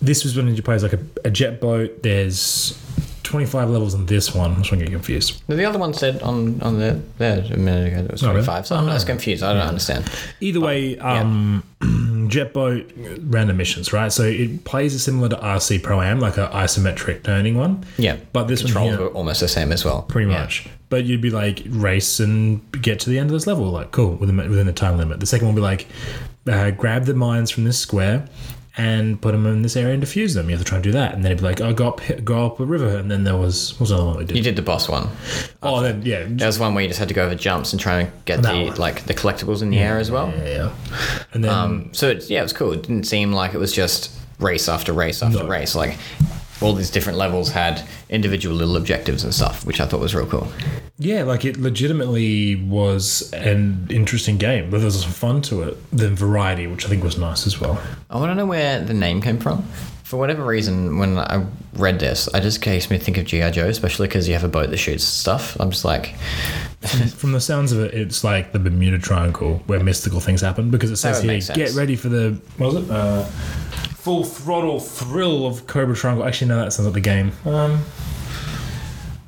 Speaker 1: this was when you play as like a, a jet boat. There's 25 levels in this one. That's when you get confused.
Speaker 2: No, the other one said on on the there a minute ago that it was
Speaker 1: really?
Speaker 2: 25. So I'm just confused. I don't understand.
Speaker 1: Either way, um, Jetboat random missions, right? So it plays similar to RC Pro Am, like a isometric turning one.
Speaker 2: Yeah,
Speaker 1: But this one
Speaker 2: Controls
Speaker 1: here,
Speaker 2: were almost the same as well.
Speaker 1: pretty
Speaker 2: Yeah.
Speaker 1: much. But you'd be like race and get to the end of this level, like cool within within the time limit. The second one would be like uh, grab the mines from this square and put them in this area and defuse them. You have to try and do that, and then it'd be like I go up go up a river, and then there was what was the other one we did?
Speaker 2: You did the boss one.
Speaker 1: oh, then yeah,
Speaker 2: There was one where you just had to go over jumps and try and get
Speaker 1: That
Speaker 2: the
Speaker 1: one.
Speaker 2: like the collectibles in the air as well.
Speaker 1: yeah, yeah. and then
Speaker 2: So it's, yeah, it was cool. It didn't seem like it was just race after race after
Speaker 1: No.
Speaker 2: race. Like all these different levels had individual little objectives and stuff, which I thought was real cool.
Speaker 1: Yeah, like it legitimately was an interesting game, but there was some fun to it, then variety, which I think was nice as well.
Speaker 2: I want to know where the name came from. For whatever reason, when I read this, I just case me think of GI Joe, especially because you have a boat that shoots stuff. I'm just like,
Speaker 1: From the sounds of it, it's like the Bermuda Triangle where mystical things happen because it says
Speaker 2: would
Speaker 1: here,
Speaker 2: make sense.
Speaker 1: get ready for the what was it? Uh, full throttle thrill of Cobra Triangle. Actually, no, that sounds like the game. Um,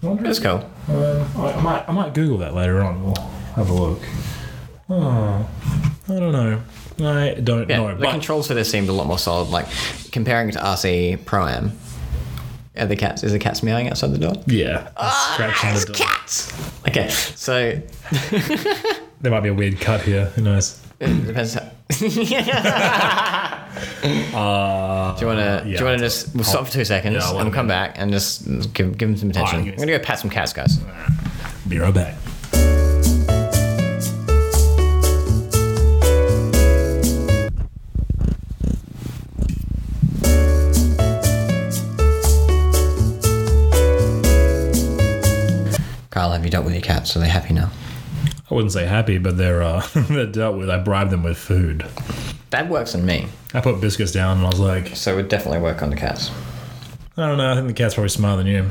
Speaker 1: I wonder
Speaker 2: that's
Speaker 1: if-
Speaker 2: cool.
Speaker 1: um, I, I might I might Google that later on. We'll have a look. Oh, I don't know. I don't
Speaker 2: Yeah,
Speaker 1: know.
Speaker 2: the
Speaker 1: but-
Speaker 2: controls for this seemed a lot more solid. Like comparing it to RC Pro Am. Are the cats? Is the cats meowing outside the door?
Speaker 1: yeah,
Speaker 2: Ah,
Speaker 1: scratching the door.
Speaker 2: Cats. Okay, so
Speaker 1: There might be a weird cut here. Who knows?
Speaker 2: It depends.
Speaker 1: Uh,
Speaker 2: How- do you want to? do
Speaker 1: yeah.
Speaker 2: you want to just we'll stop for two seconds
Speaker 1: Yeah, I'll let
Speaker 2: and
Speaker 1: him
Speaker 2: come back and just give give him some attention?
Speaker 1: give
Speaker 2: I'm
Speaker 1: me
Speaker 2: gonna go pat some cats, guys.
Speaker 1: Be right back.
Speaker 2: Carl, have you dealt with your cats? Are they happy now?
Speaker 1: I wouldn't say happy, but they're uh, they're dealt with. I bribed them with food.
Speaker 2: That works on me,
Speaker 1: I put biscuits down, and I was like,
Speaker 2: so it would definitely work on the cats.
Speaker 1: I don't know. I think the cat's probably smarter than you.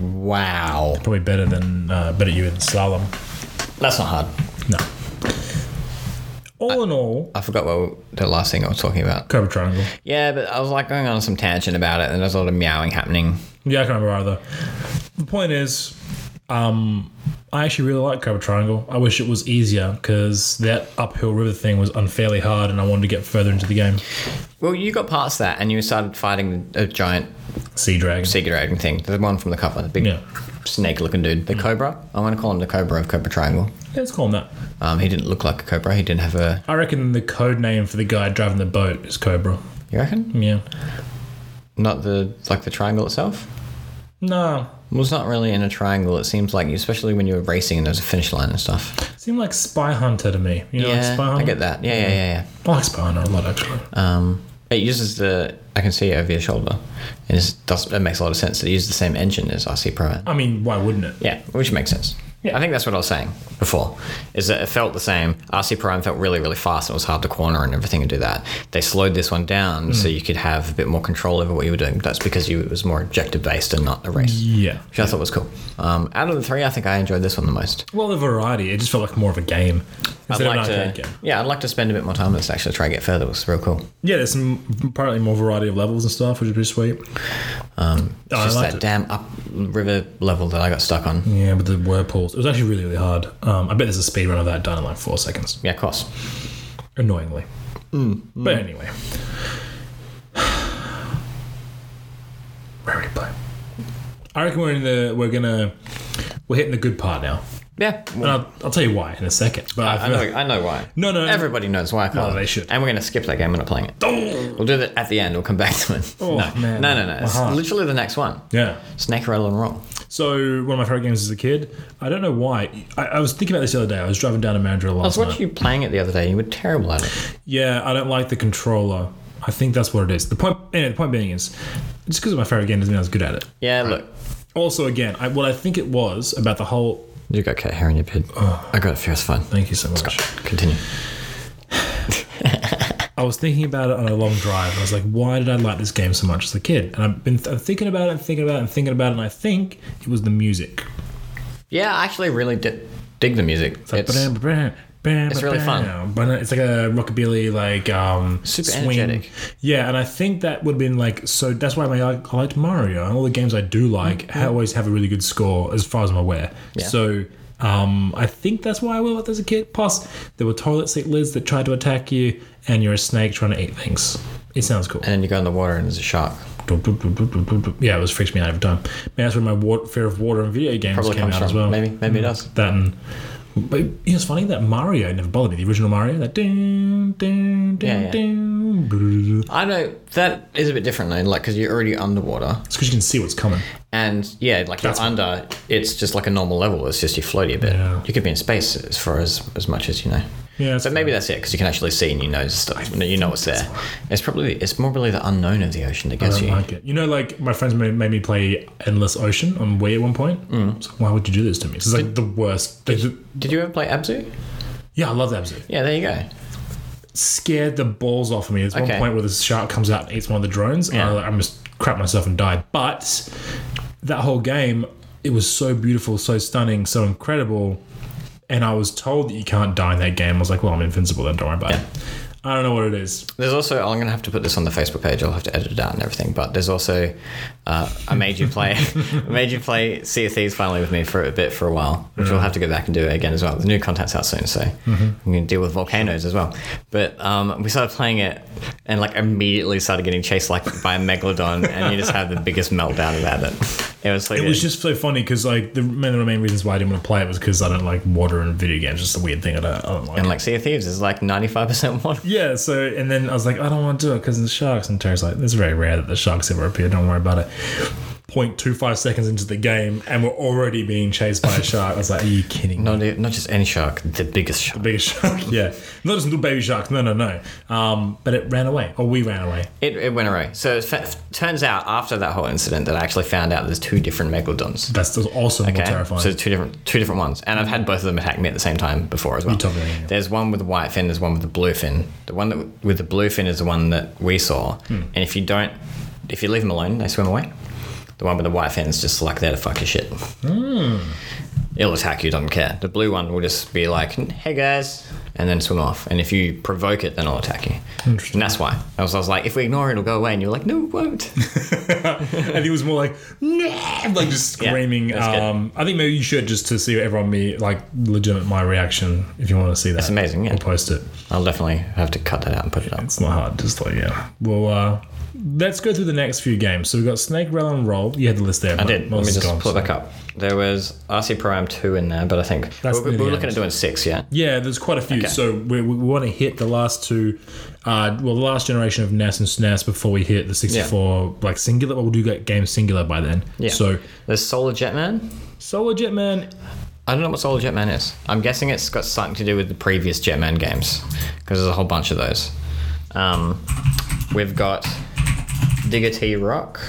Speaker 2: Wow,
Speaker 1: Probably better than uh, better at you in slalom.
Speaker 2: that's not hard.
Speaker 1: No. All in all,
Speaker 2: I forgot what we- the last thing I was talking about.
Speaker 1: Cobra Triangle.
Speaker 2: Yeah, but I was like going on some tangent about it, and there's a lot of meowing happening.
Speaker 1: Yeah, I can't remember either. The point is, um, I actually really like Cobra Triangle. I wish it was easier because that uphill river thing was unfairly hard, and I wanted to get further into the game.
Speaker 2: Well, you got past that, and you started fighting a giant
Speaker 1: Sea Dragon.
Speaker 2: sea dragon thing, the one from the cover, the big
Speaker 1: yeah. Mm.
Speaker 2: snake looking dude, the Cobra. I want to call him the Cobra of Cobra Triangle.
Speaker 1: Let's call him that.
Speaker 2: Um, he didn't look like a Cobra. He didn't have a.
Speaker 1: I reckon the code name for the guy driving the boat is Cobra.
Speaker 2: You reckon?
Speaker 1: Yeah.
Speaker 2: Not the like the triangle itself.
Speaker 1: No.
Speaker 2: Well, it's not really in a triangle. It seems like, especially when you're racing and there's a finish line and stuff.
Speaker 1: Seemed like Spy Hunter to me. You know, like
Speaker 2: yeah,
Speaker 1: Spy Hunter.
Speaker 2: I get that. Yeah, yeah, yeah,
Speaker 1: I like Spy Hunter a lot, actually.
Speaker 2: yeah. Um, it uses the. I can see it over your shoulder, and it's, does, it makes a lot of sense. It uses the same engine as RC Pro.
Speaker 1: I mean, why wouldn't it?
Speaker 2: Yeah, which makes sense.
Speaker 1: Yeah.
Speaker 2: I think that's what I was saying before. Is that it felt the same. RC Prime felt really, really fast. and It was hard to corner and everything and do that. They slowed this one down so
Speaker 1: Mm.
Speaker 2: you could have a bit more control over what you were doing. That's because you it was more objective based and not a race,
Speaker 1: Yeah.
Speaker 2: which I thought was cool. Um, out of the three, I think I enjoyed this one the most.
Speaker 1: Well, the variety, it just felt like more of a game.
Speaker 2: I'd
Speaker 1: Instead of an
Speaker 2: like to,
Speaker 1: arcade game.
Speaker 2: yeah, I'd like to spend a bit more time on this actually. Try and get further. It was real cool.
Speaker 1: Yeah, there's some apparently more variety of levels and stuff, which is pretty sweet.
Speaker 2: It's
Speaker 1: Oh, I
Speaker 2: Um, just
Speaker 1: liked it.
Speaker 2: that
Speaker 1: Mm.
Speaker 2: damn up river level that I got stuck on.
Speaker 1: Yeah, but the word pools. It was actually really, really hard. Um, I bet there's a speed run of that done in like four seconds.
Speaker 2: Yeah, of course.
Speaker 1: Annoyingly. Mm, But anyway. Where are we playing? I reckon we're in the we're gonna we're hitting the good part now.
Speaker 2: Yeah.
Speaker 1: And I'll, I'll tell you why in a second. But
Speaker 2: I know, I know why.
Speaker 1: No, no.
Speaker 2: Everybody knows why I call
Speaker 1: No,
Speaker 2: it.
Speaker 1: they should.
Speaker 2: And we're going to skip that game. We're not playing it. We'll do that at the end. We'll come back to it.
Speaker 1: Oh,
Speaker 2: no.
Speaker 1: man.
Speaker 2: no, no, no. It's
Speaker 1: Uh-huh.
Speaker 2: literally the next one.
Speaker 1: Yeah.
Speaker 2: Snake, rattle, and roll.
Speaker 1: So one of my favorite games as a kid. I don't know why. I, I was thinking about this the other day. I was driving down to Mandra
Speaker 2: I was
Speaker 1: last night.
Speaker 2: watching you playing it the other day. You were terrible at it.
Speaker 1: Yeah, I don't like the controller. I think that's what it is. The point, anyway, the point being is, just because it's my favorite game doesn't mean I was good at it.
Speaker 2: Yeah, look.
Speaker 1: Also, again, I, what I think it was about the whole.
Speaker 2: You got cat hair in your pid. I got it for you. It's fine.
Speaker 1: Thank you so much.
Speaker 2: Continue.
Speaker 1: I was thinking about it on a long drive. I was like, why did I like this game so much as a kid? And I've been th- thinking about it and thinking about it and thinking about it, and I think it was the music.
Speaker 2: Yeah, I actually really did dig the music. It's,
Speaker 1: it's
Speaker 2: really fun.
Speaker 1: But uh, it's like a rockabilly, like um,
Speaker 2: Super
Speaker 1: swing.
Speaker 2: energetic.
Speaker 1: Yeah, and I think that would have been like so. That's why my, I liked Mario and all the games I do like. I always have a really good score, as far as I'm aware.
Speaker 2: Mm-hmm. Yeah.
Speaker 1: So. Um, I think that's why I will it as a kid. Plus, there were toilet seat lids that tried to attack you, and you're a snake trying to eat things. It sounds cool.
Speaker 2: and then you go in the water and there's a shark.
Speaker 1: Dum, dum, dum, dum, dum, dum, dum. Yeah, it was freaks me out every time. Maybe that's where my wa- fear of water and video games
Speaker 2: Probably
Speaker 1: came
Speaker 2: comes
Speaker 1: out
Speaker 2: from.
Speaker 1: as well. Mm.
Speaker 2: Maybe, maybe it does.
Speaker 1: That and but you know, it's funny that Mario never bothered me. The original Mario, that ding, ding, ding,
Speaker 2: Yeah, yeah.
Speaker 1: ding. brrrr.
Speaker 2: I know that is a bit different though, like because you're already underwater,
Speaker 1: It's because you can see what's coming.
Speaker 2: and yeah, like you're under. It's just like a normal level. It's just you floaty a bit.
Speaker 1: Yeah.
Speaker 2: You could be in space as far as as much as you know.
Speaker 1: Yeah, it's
Speaker 2: So maybe that's it because you can actually see and you know stuff. You know what's there. It's probably it's more really the unknown of the ocean that
Speaker 1: I
Speaker 2: gets
Speaker 1: don't
Speaker 2: you.
Speaker 1: like it. You know, like my friends made, made me play Endless Ocean on Wii at one point. Mm. It's like, why would you do this to me? It's like the worst.
Speaker 2: Did you ever play Abzu?
Speaker 1: yeah, I love that episode.
Speaker 2: Yeah, there you go.
Speaker 1: scared the balls off of me. There's one
Speaker 2: Okay.
Speaker 1: point where this shark comes out and eats one of the drones. and I,
Speaker 2: Yeah.
Speaker 1: like, I'm just crap myself and died. But that whole game, it was so beautiful, so stunning, so incredible. And I was told that you can't die in that game. I was like, well, I'm invincible then. Don't worry about it. I don't know what it is.
Speaker 2: There's also I'm gonna have to put this on the Facebook page. I'll have to edit it out and everything. But there's also uh, I made you play I made you play Sea of Thieves finally with me for a bit for a while, which we'll have to go back and do again as well. The new content's out soon, so
Speaker 1: Mm-hmm.
Speaker 2: I'm gonna deal with volcanoes as well. But um, we started playing it and like immediately started getting chased like by a megalodon, and you just had the biggest meltdown about it. It was like
Speaker 1: It was just so funny because like the one of the main reasons why I didn't want to play it was because I don't like water and video games. It's just a weird thing. I don't, I don't like.
Speaker 2: and like Sea of Thieves is like 95% water.
Speaker 1: Yeah, so and then I was like, I don't want to do it because the sharks. And Terry's like, it's very rare that the sharks ever appear. Don't worry about it. 0.25 seconds into the game, and we're already being chased by a shark. I was like, Are you kidding? me?
Speaker 2: Not e, not just any shark, the biggest shark.
Speaker 1: Biggest shark, yeah. Not just little baby shark. No, no, no. Um, but it ran away, or we ran away.
Speaker 2: It, it went away. So it fa- turns out after that whole incident that I actually found out there's two different megalodons.
Speaker 1: That's that's also more
Speaker 2: Okay?
Speaker 1: terrifying.
Speaker 2: So two different two different ones, and I've had both of them attack me at the same time before as well.
Speaker 1: told me that, yeah.
Speaker 2: There's one with the white fin. There's one with the blue fin. The one that, w- with the blue fin is the one that we saw.
Speaker 1: Hmm.
Speaker 2: And if you don't, if you leave them alone, they swim away. The one with the white fin is just like there to fuck your shit.
Speaker 1: Hmm.
Speaker 2: It'll attack you. Doesn't care. The blue one will just be like, "Hey guys," and then swim off. And if you provoke it, then it'll attack you.
Speaker 1: Interesting.
Speaker 2: And that's why I was, I was like, if we ignore it, it'll go away. And you're like, no, it won't.
Speaker 1: and he was more like, no, like just
Speaker 2: Yeah,
Speaker 1: screaming.
Speaker 2: that's good.
Speaker 1: um, I think maybe you should just to see everyone me like legitimate my reaction if you want to see that. It's
Speaker 2: amazing, yeah.
Speaker 1: We'll post it.
Speaker 2: I'll definitely have to cut that out and put it up.
Speaker 1: It's not hard. Just like yeah, well, uh, Let's go through the next few games. So we've got Snake, Rail, and Roll. You had the list there.
Speaker 2: I did. Let me just pull it back up. There was RC Prime 2 in there, but I think
Speaker 1: That's
Speaker 2: we
Speaker 1: near
Speaker 2: we were
Speaker 1: the
Speaker 2: looking
Speaker 1: end.
Speaker 2: at doing 6, yeah?
Speaker 1: Yeah, there's quite a few.
Speaker 2: Okay.
Speaker 1: So we, we want to hit the last two, uh, well, the last generation of NES and SNES before we hit the 64, like singular. Well, we'll do get game singular by then.
Speaker 2: yeah.
Speaker 1: So
Speaker 2: There's Solar Jetman.
Speaker 1: Solar Jetman,
Speaker 2: I don't know what Solar Jetman is. I'm guessing it's got something to do with the previous Jetman games, because there's a whole bunch of those. Um, we've got Digger T Rock.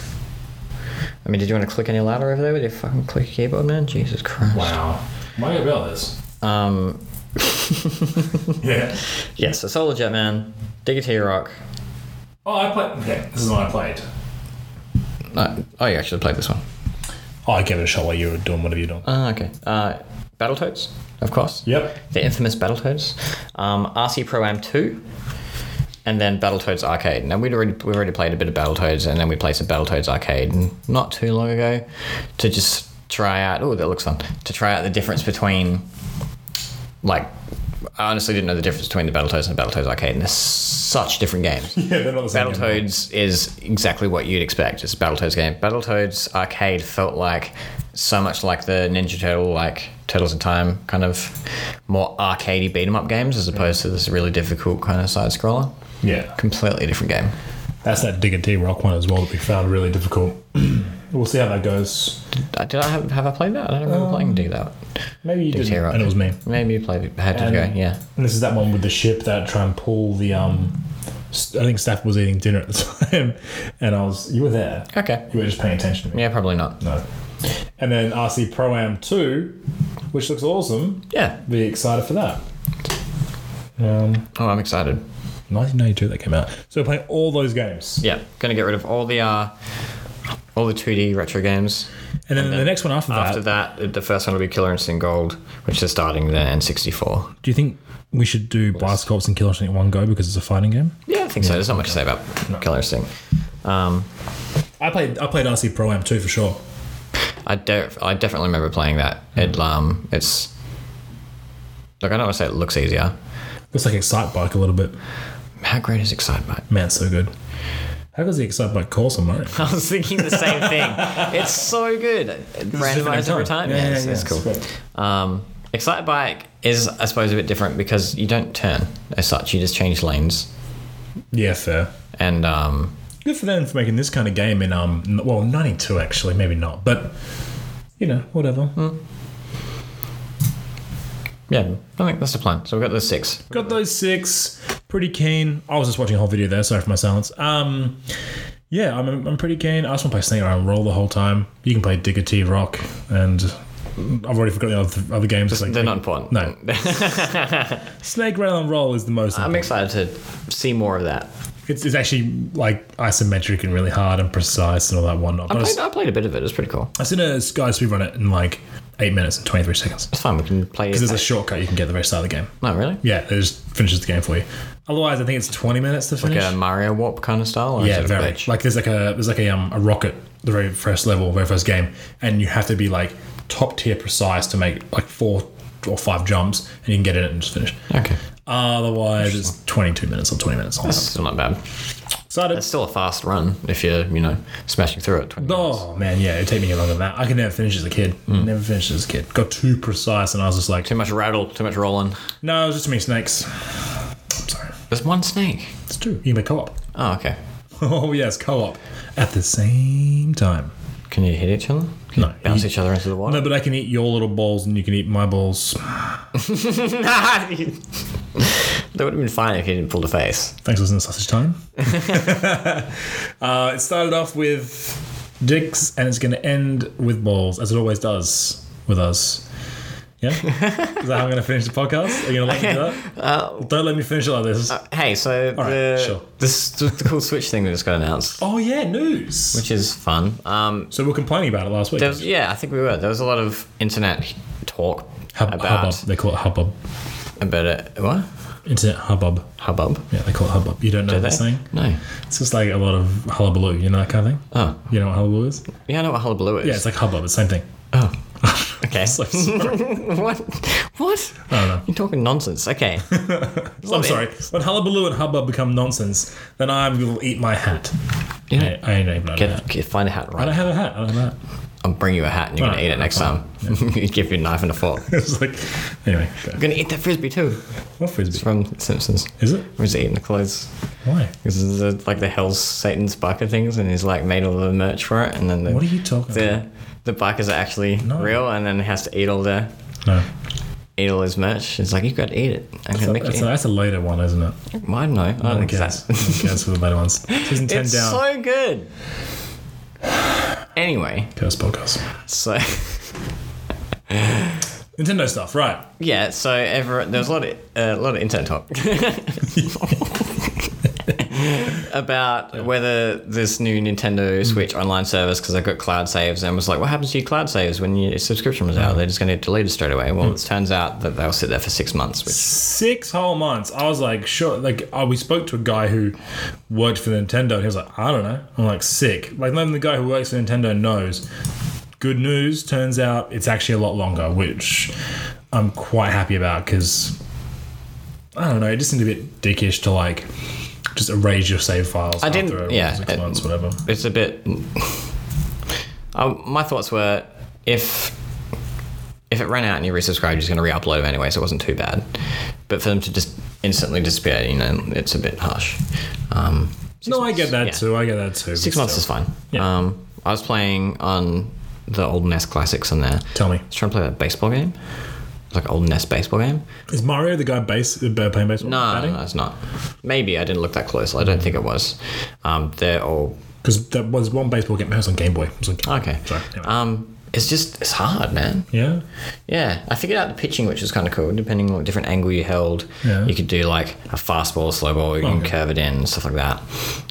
Speaker 2: I mean, did you want to click any louder over there with your fucking clicky keyboard, man? Jesus Christ.
Speaker 1: Wow. Mario Brothers.
Speaker 2: Um,
Speaker 1: Yeah.
Speaker 2: yeah, so Solar Jetman, Digger T Rock.
Speaker 1: Oh, I played. Okay, this is what I played.
Speaker 2: Uh, oh, you actually played this one.
Speaker 1: Oh, I gave it a shot while you were doing whatever you were doing.
Speaker 2: Ah, okay. Uh, Battletoads, of course.
Speaker 1: Yep.
Speaker 2: The infamous Battletoads, um, RC Pro Am 2, and then Battletoads Arcade. Now, we'd already, we already played a bit of Battletoads, and then we played some Battletoads Arcade not too long ago to just try out. Oh, that looks fun. To try out the difference between, like, I honestly didn't know the difference between the Battletoads and the Battletoads Arcade, and they're such different games.
Speaker 1: Yeah, they're not the same. game.
Speaker 2: Battletoads is exactly what you'd expect. It's a Battletoads game. Battletoads Arcade felt like so much like the Ninja Turtle, like Turtles in Time, kind of more arcadey beat 'em up games as opposed to this really difficult kind of side scroller.
Speaker 1: Yeah.
Speaker 2: Completely different game.
Speaker 1: That's that Dig and T Rock one as well that we found really difficult. we'll see how that goes.
Speaker 2: Uh, Did I have, have I played that? I don't remember playing Do That.
Speaker 1: Maybe Um, you did.
Speaker 2: T Rock.
Speaker 1: And it was me.
Speaker 2: Maybe you played it. How did it go?
Speaker 1: And-
Speaker 2: Yeah.
Speaker 1: And this is that one with the ship that try and pull the um. st- I think Staff was eating dinner at the time, and I was you were there.
Speaker 2: Okay.
Speaker 1: You were just paying attention to me.
Speaker 2: Yeah, probably not.
Speaker 1: No. And then RC Pro Am two, which looks awesome.
Speaker 2: Yeah.
Speaker 1: Be excited for that. Um,
Speaker 2: Oh, I'm excited.
Speaker 1: 1992 that came out. So we're playing all those games,
Speaker 2: Yeah. Gonna get rid of all the uh, all the 2D retro games.
Speaker 1: and then, the next one after,
Speaker 2: After
Speaker 1: that.
Speaker 2: that, the first one will be Killer Instinct Gold, which is starting the N64.
Speaker 1: Do you think we should do Blast Corps and Killer Instinct at one go because it's a fighting game?
Speaker 2: Yeah, I think so. There's not much to say about Killer Instinct. Um,
Speaker 1: I played I played RC Pro Am two for sure.
Speaker 2: I def- I definitely remember playing that. It um, it's look, I don't want to say it looks easier.
Speaker 1: Looks like Excite Bike a little bit.
Speaker 2: How great is Excitebike?
Speaker 1: Man, so good. How does the Excite Bike call someone? Right?
Speaker 2: I was thinking the same thing. It's so good. Randomized every time. Yeah, it's, it's cool. Um, Excitebike is, I suppose, a bit different because you don't turn as such. You just change lanes,
Speaker 1: Yeah, fair.
Speaker 2: and um,
Speaker 1: Good for them for making this kind of game in um n- well ninety two actually maybe not but you know whatever
Speaker 2: Hmm. yeah, I think that's the plan. So we've got the six.
Speaker 1: got those six pretty keen I was just watching a whole video there sorry for my silence um yeah I'm, I'm pretty keen I just want to play Snake Iron Roll the whole time you can play Digger T Rock and I've already forgotten the other, other games It's like-
Speaker 2: They're not important.
Speaker 1: no Snake Rail and Roll is the most
Speaker 2: I'm
Speaker 1: important.
Speaker 2: excited to see more of that.
Speaker 1: it's, it's actually like isometric and really hard and precise and all that whatnot
Speaker 2: I
Speaker 1: but I
Speaker 2: played,
Speaker 1: s-
Speaker 2: I played a bit of it. It's pretty cool.
Speaker 1: I've seen a guy speedrun it in like eight minutes and twenty three seconds.
Speaker 2: It's fun. We can play.
Speaker 1: Because there's a shortcut you can get at the very start of the game.
Speaker 2: no, really.
Speaker 1: Yeah, it just finishes the game for you. Otherwise, I think it's 20 minutes to finish.
Speaker 2: Like a Mario Warp kind of style. Or is
Speaker 1: yeah,
Speaker 2: it a
Speaker 1: very.
Speaker 2: glitch?
Speaker 1: Like there's like a there's like a um a rocket the very first level, very first game, and you have to be like top tier precise to make like four or five jumps, and you can get in it and just finish.
Speaker 2: okay.
Speaker 1: Otherwise, it's 22 minutes or 20 minutes.
Speaker 2: That's still not bad.
Speaker 1: Excited.
Speaker 2: It's still a fast run if you're you know smashing through it. 20 minutes.
Speaker 1: Oh man, yeah, it took me longer than that. I could never finish as a kid. Never finished as a kid. Got too precise, and I was just like,
Speaker 2: Too much rattle. Too much rolling.
Speaker 1: no, it was just too many snakes. I'm sorry,
Speaker 2: There's one snake.
Speaker 1: it's two. You can make co-op.
Speaker 2: Oh, okay.
Speaker 1: Oh yes, co-op at the same time.
Speaker 2: Can you hit each other? Can
Speaker 1: No,
Speaker 2: you bounce each other into the water.
Speaker 1: No, but I can eat your little balls and you can eat my balls.
Speaker 2: that would have been fine if you didn't pull the face.
Speaker 1: Thanks for listening to Sausage Time. uh, it started off with dicks and it's going to end with balls, as it always does with us. Yeah? Is that how I'm going to finish the podcast? Are you going to let me do that? Don't let me finish it like this.
Speaker 2: Hey, so
Speaker 1: right,
Speaker 2: the,
Speaker 1: sure.
Speaker 2: this the cool Switch thing that just got announced,
Speaker 1: oh, yeah, news.
Speaker 2: which is fun. Um,
Speaker 1: so we were complaining about it last week.
Speaker 2: There was, yeah, I think we were. There was a lot of internet talk
Speaker 1: Hub,
Speaker 2: about
Speaker 1: Hubbub. They call it hubbub.
Speaker 2: about it. What
Speaker 1: Internet hubbub.
Speaker 2: hubbub?
Speaker 1: Yeah, they call it hubbub. You don't know
Speaker 2: They-
Speaker 1: this thing?
Speaker 2: No.
Speaker 1: It's just like a lot of hullabaloo, you know that kind of thing?
Speaker 2: Oh,
Speaker 1: You know what hullabaloo is?
Speaker 2: yeah, I know what hullabaloo is.
Speaker 1: Yeah, it's like hubbub, it's the same thing.
Speaker 2: oh, okay.
Speaker 1: So sorry.
Speaker 2: what? What?
Speaker 1: I don't know.
Speaker 2: You're talking nonsense. Okay.
Speaker 1: I'm sorry. When hullabaloo and hubbub become nonsense, then I will eat my hat.
Speaker 2: Yeah.
Speaker 1: I, I don't even know that.
Speaker 2: Get, get find a hat
Speaker 1: I don't
Speaker 2: right.
Speaker 1: have a hat. I don't have a hat.
Speaker 2: I'll bring you a hat and you're gonna
Speaker 1: Right,
Speaker 2: eat it next
Speaker 1: right,
Speaker 2: time. Give you a knife and a fork. You're
Speaker 1: it's like, anyway. go.
Speaker 2: gonna eat that frisbee too.
Speaker 1: What frisbee?
Speaker 2: From Simpsons.
Speaker 1: Is it?
Speaker 2: He's eating the clothes.
Speaker 1: Why?
Speaker 2: This is uh, like the Hell's Satan's biker things, and he's like made all the merch for it, and then the
Speaker 1: What are you talking
Speaker 2: the the bikers are actually
Speaker 1: No.
Speaker 2: real, and then he has to eat all the
Speaker 1: No.
Speaker 2: eat all his merch. It's like you got to eat it. I'm gonna make you.
Speaker 1: That's a,
Speaker 2: eat
Speaker 1: that's a later one, isn't it?
Speaker 2: it." Well, I don't know. I don't think
Speaker 1: Guess.
Speaker 2: that's
Speaker 1: Guess for the later ones. Season 10
Speaker 2: it's
Speaker 1: down.
Speaker 2: so good. Anyway,
Speaker 1: Curse podcast.
Speaker 2: so
Speaker 1: Nintendo stuff, right.
Speaker 2: yeah, so ever there's a lot of uh, a lot of internet talk about whether this new
Speaker 1: Mm.
Speaker 2: Nintendo Switch online service because I got cloud saves and was like, what happens to your cloud saves when your subscription
Speaker 1: Mm.
Speaker 2: was out? They're just going to delete it straight away. Well, it turns out that they'll sit there for six months, which
Speaker 1: Six whole months. I was like, sure. Like, oh, we spoke to a guy who worked for Nintendo, and he was like, I don't know. I'm like, sick. Like, not even the guy who works for Nintendo knows. Good news. Turns out it's actually a lot longer, which I'm quite happy about because I don't know. It just seemed a bit dickish to like just erase your save files. I
Speaker 2: didn't-
Speaker 1: After
Speaker 2: yeah,
Speaker 1: Six
Speaker 2: it-
Speaker 1: months, whatever.
Speaker 2: it's a bit. um, my thoughts were if if it ran out and you resubscribed, you're just going to re-upload it anyway, so it wasn't too bad. But for them to just instantly disappear, you know, it's a bit harsh. Um, six
Speaker 1: No, I
Speaker 2: months-
Speaker 1: get that
Speaker 2: yeah.
Speaker 1: too. I get that too.
Speaker 2: Six
Speaker 1: but
Speaker 2: months
Speaker 1: still.
Speaker 2: is fine.
Speaker 1: Yeah.
Speaker 2: Um, I was playing on the old NES classics on there.
Speaker 1: Tell me.
Speaker 2: I was trying to play that baseball game. It's like an old NES baseball game.
Speaker 1: Is Mario the guy base uh, playing baseball?
Speaker 2: No, no, no, it's not. Maybe I didn't look that close. I don't think it was. Um, they're all
Speaker 1: Because there was one baseball game. It was on Game Boy. It was on Game
Speaker 2: okay.
Speaker 1: Sorry, anyway.
Speaker 2: Um, it's just it's hard, man.
Speaker 1: Yeah.
Speaker 2: Yeah, I figured out the pitching, which was kind of cool. Depending on what different angle you held,
Speaker 1: Yeah.
Speaker 2: you could do like a fastball, slow ball, you can curve it in, and stuff like that.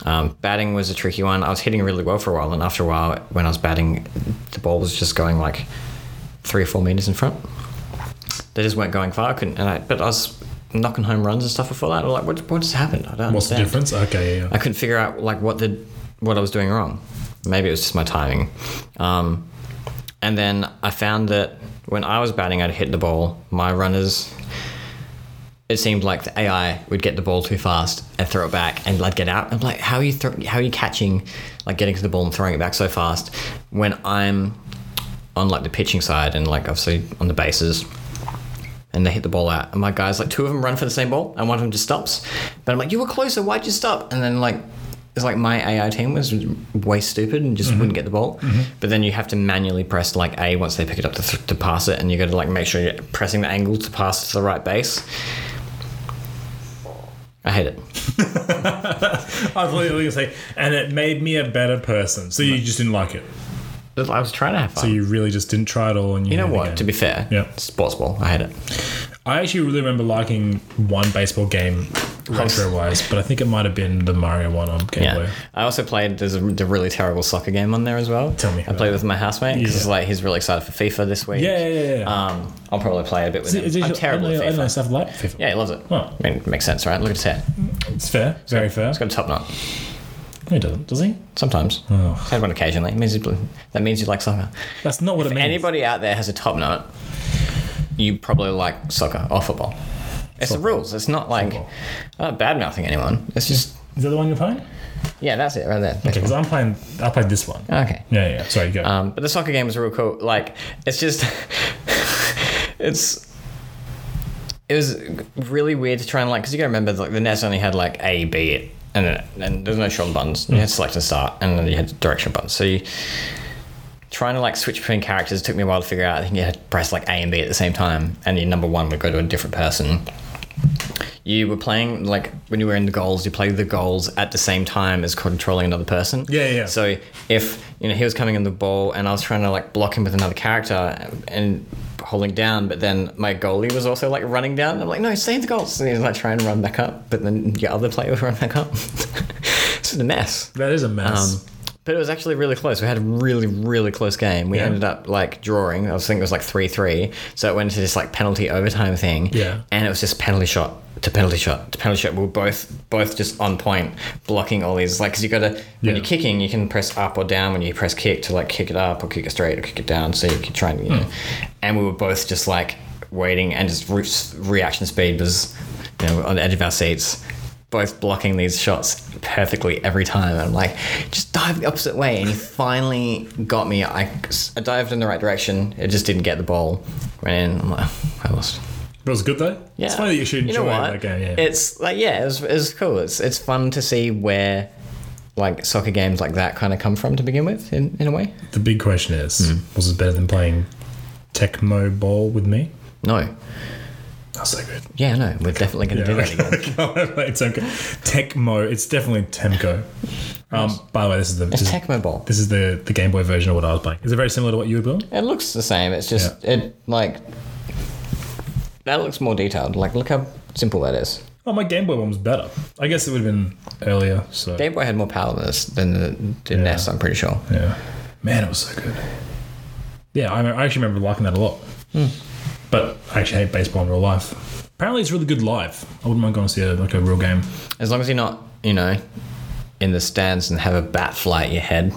Speaker 2: Um, batting was a tricky one. I was hitting really well for a while, and after a while, when I was batting, the ball was just going like three or four meters in front. They just weren't going far. I couldn't, and I, but I was knocking home runs and stuff before that. I'm like, what, what just happened? I don't
Speaker 1: What's the
Speaker 2: understand.
Speaker 1: difference? Okay, yeah,
Speaker 2: I
Speaker 1: yeah.
Speaker 2: couldn't figure out like what the what I was doing wrong. Maybe it was just my timing. Um, and then I found that when I was batting, I'd hit the ball. My runners, it seemed like the AI would get the ball too fast and throw it back, and I'd get out. I'm like, how are you throw, how are you catching, like getting to the ball and throwing it back so fast when I'm on like the pitching side and like obviously on the bases and they hit the ball out. And my guys, like two of them run for the same ball, and one of them just stops. But I'm like, you were closer. Why'd you stop? And then like, it's like my AI team was way stupid and just wouldn't get the ball. But then you have to manually press like A once they pick it up to, th- to pass it, and you got to like make sure you're pressing the angle to pass it to the right base. I hate it.
Speaker 1: I thought you were going to say, and it made me a better person. So you just didn't like it.
Speaker 2: I was trying to have fun.
Speaker 1: So you really just didn't try it all. And you,
Speaker 2: you know
Speaker 1: hated the
Speaker 2: what?
Speaker 1: game.
Speaker 2: To be fair,
Speaker 1: Yeah.
Speaker 2: sports ball. I hate it.
Speaker 1: I actually really remember liking one baseball game retro wise, but I think it might have been the Mario one on Game Boy.
Speaker 2: Yeah. I also played there's a, the really terrible soccer game on there as well.
Speaker 1: Tell me
Speaker 2: I
Speaker 1: about
Speaker 2: played with my housemate because
Speaker 1: Yeah.
Speaker 2: like he's really excited for FIFA this week.
Speaker 1: Yeah, yeah, yeah, yeah.
Speaker 2: Um, I'll probably play a bit with
Speaker 1: Is it-
Speaker 2: him. I'm terrible
Speaker 1: I
Speaker 2: at
Speaker 1: don't know, I don't know
Speaker 2: FIFA.
Speaker 1: stuff like FIFA.
Speaker 2: Yeah, he loves it.
Speaker 1: Huh.
Speaker 2: I mean, makes sense, right? Look at his hair.
Speaker 1: It's fair, very fair.
Speaker 2: He's got a top knot.
Speaker 1: No, he doesn't, does he?
Speaker 2: Sometimes.
Speaker 1: Oh.
Speaker 2: He's had one occasionally. It means he, that means you like soccer.
Speaker 1: That's not what it means.
Speaker 2: Anybody out there has a top knot, you probably like soccer or football. It's the rules. It's not like
Speaker 1: Football.
Speaker 2: I'm not bad mouthing anyone. It's just
Speaker 1: Is that the one you're playing? Okay,
Speaker 2: yeah, that's it right there.
Speaker 1: because I'm playing. I played this one.
Speaker 2: Okay.
Speaker 1: Yeah, yeah. yeah. Sorry, go.
Speaker 2: Uh, Um, but the soccer game is real cool. Like, it's just, it's, it was really weird to try and like, because you gotta remember, like, the NES only had like A, B, it, and then and there's no short buttons. You had select and start, and then you had direction buttons. So you trying to like switch between characters took me a while to figure out. I think you had to press like A and B at the same time, and your number one would go to a different person you were playing like when you were in the goals, you played the goals at the same time as controlling another person.
Speaker 1: Yeah, yeah.
Speaker 2: So if you know he was coming in the ball and I was trying to like block him with another character and holding down, but then my goalie was also like running down. I'm like, no, save the goals. And he was like trying to run back up, but then your other player would run back up. it's a mess.
Speaker 1: that is a mess.
Speaker 2: Um, but it was actually really close. We had a really, really close game. We ended up like drawing. I was thinking it was like three three. So it went into this like penalty overtime thing.
Speaker 1: Yeah.
Speaker 2: And it was just penalty shot to penalty shot to penalty shot. We were both both just on point, blocking all these like because you got to when
Speaker 1: Yeah.
Speaker 2: you're kicking, you can press up or down when you press kick to like kick it up or kick it straight or kick it down. So you can try and you know. And we were both just like waiting and just re- reaction speed was you know on the edge of our seats. both blocking these shots perfectly every time. And I'm like, just dive the opposite way. And he finally got me. I, I dived in the right direction. It just didn't get the ball. And I'm like, I lost.
Speaker 1: But it was good though.
Speaker 2: Yeah.
Speaker 1: It's funny that you should enjoy that game. Yeah.
Speaker 2: It's like yeah, it's it's cool. It's it's fun to see where like soccer games like that kind of come from to begin with in, in a way.
Speaker 1: the big question is, was it better than playing Tecmo Bowl with me?
Speaker 2: No.
Speaker 1: That's so good.
Speaker 2: Yeah, no, we're definitely gonna do that again.
Speaker 1: it's okay. Tecmo. It's definitely Temco. Um, by the way, this is the this
Speaker 2: It's
Speaker 1: is,
Speaker 2: Tecmo Bowl.
Speaker 1: this is the, the Game Boy version of what I was playing. Is it very similar to what you were doing?
Speaker 2: It looks the same, it's just it like that looks more detailed. Like look how simple that is.
Speaker 1: Oh, my Game Boy one was better. I guess it would have been earlier. So
Speaker 2: Game Boy had more power than this than the, the NES, I'm pretty sure.
Speaker 1: yeah, man, it was so good. Yeah, I, I actually remember liking that a lot.
Speaker 2: Hmm.
Speaker 1: But I actually hate baseball in real life. Apparently, it's really good live. I wouldn't mind going to see a, like a real game.
Speaker 2: As long as you're not, you know, in the stands and have a bat fly at your head.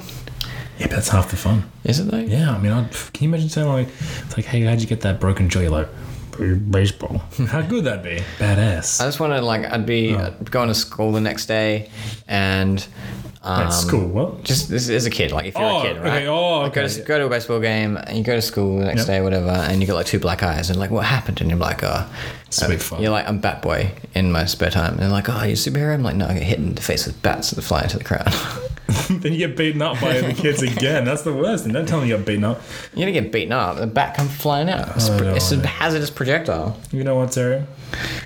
Speaker 1: Yeah, but that's half the fun.
Speaker 2: Is it though?
Speaker 1: Yeah, I mean, I'd, can you imagine saying like, it's like, hey, how'd you get that broken jaw? You're like, "Pretty baseball. How good would that be? Badass.
Speaker 2: I just wanted like I'd be
Speaker 1: Oh.
Speaker 2: I'd going to school the next day, and um,
Speaker 1: That's cool. What?
Speaker 2: Just as, as a kid, like if you're
Speaker 1: Oh,
Speaker 2: a kid, right?
Speaker 1: okay. Oh,
Speaker 2: Like, Go
Speaker 1: okay.
Speaker 2: to go to a baseball game and you go to school the next
Speaker 1: Yep.
Speaker 2: day, whatever, and you got like two black eyes, and like what happened? And you're like, oh,
Speaker 1: Sweet fun.
Speaker 2: you're like I'm Bat Boy in my spare time, and they're like, oh, you're a superhero. I'm like, no, I get hit in the face with bats that fly into the crowd.
Speaker 1: then you get beaten up by the kids again. That's the worst. And don't tell me you got beaten up.
Speaker 2: you're gonna get beaten up. The bat comes flying out. It's,
Speaker 1: Oh,
Speaker 2: pr-
Speaker 1: no,
Speaker 2: it's
Speaker 1: mate.
Speaker 2: a hazardous projectile.
Speaker 1: You know what, Terry?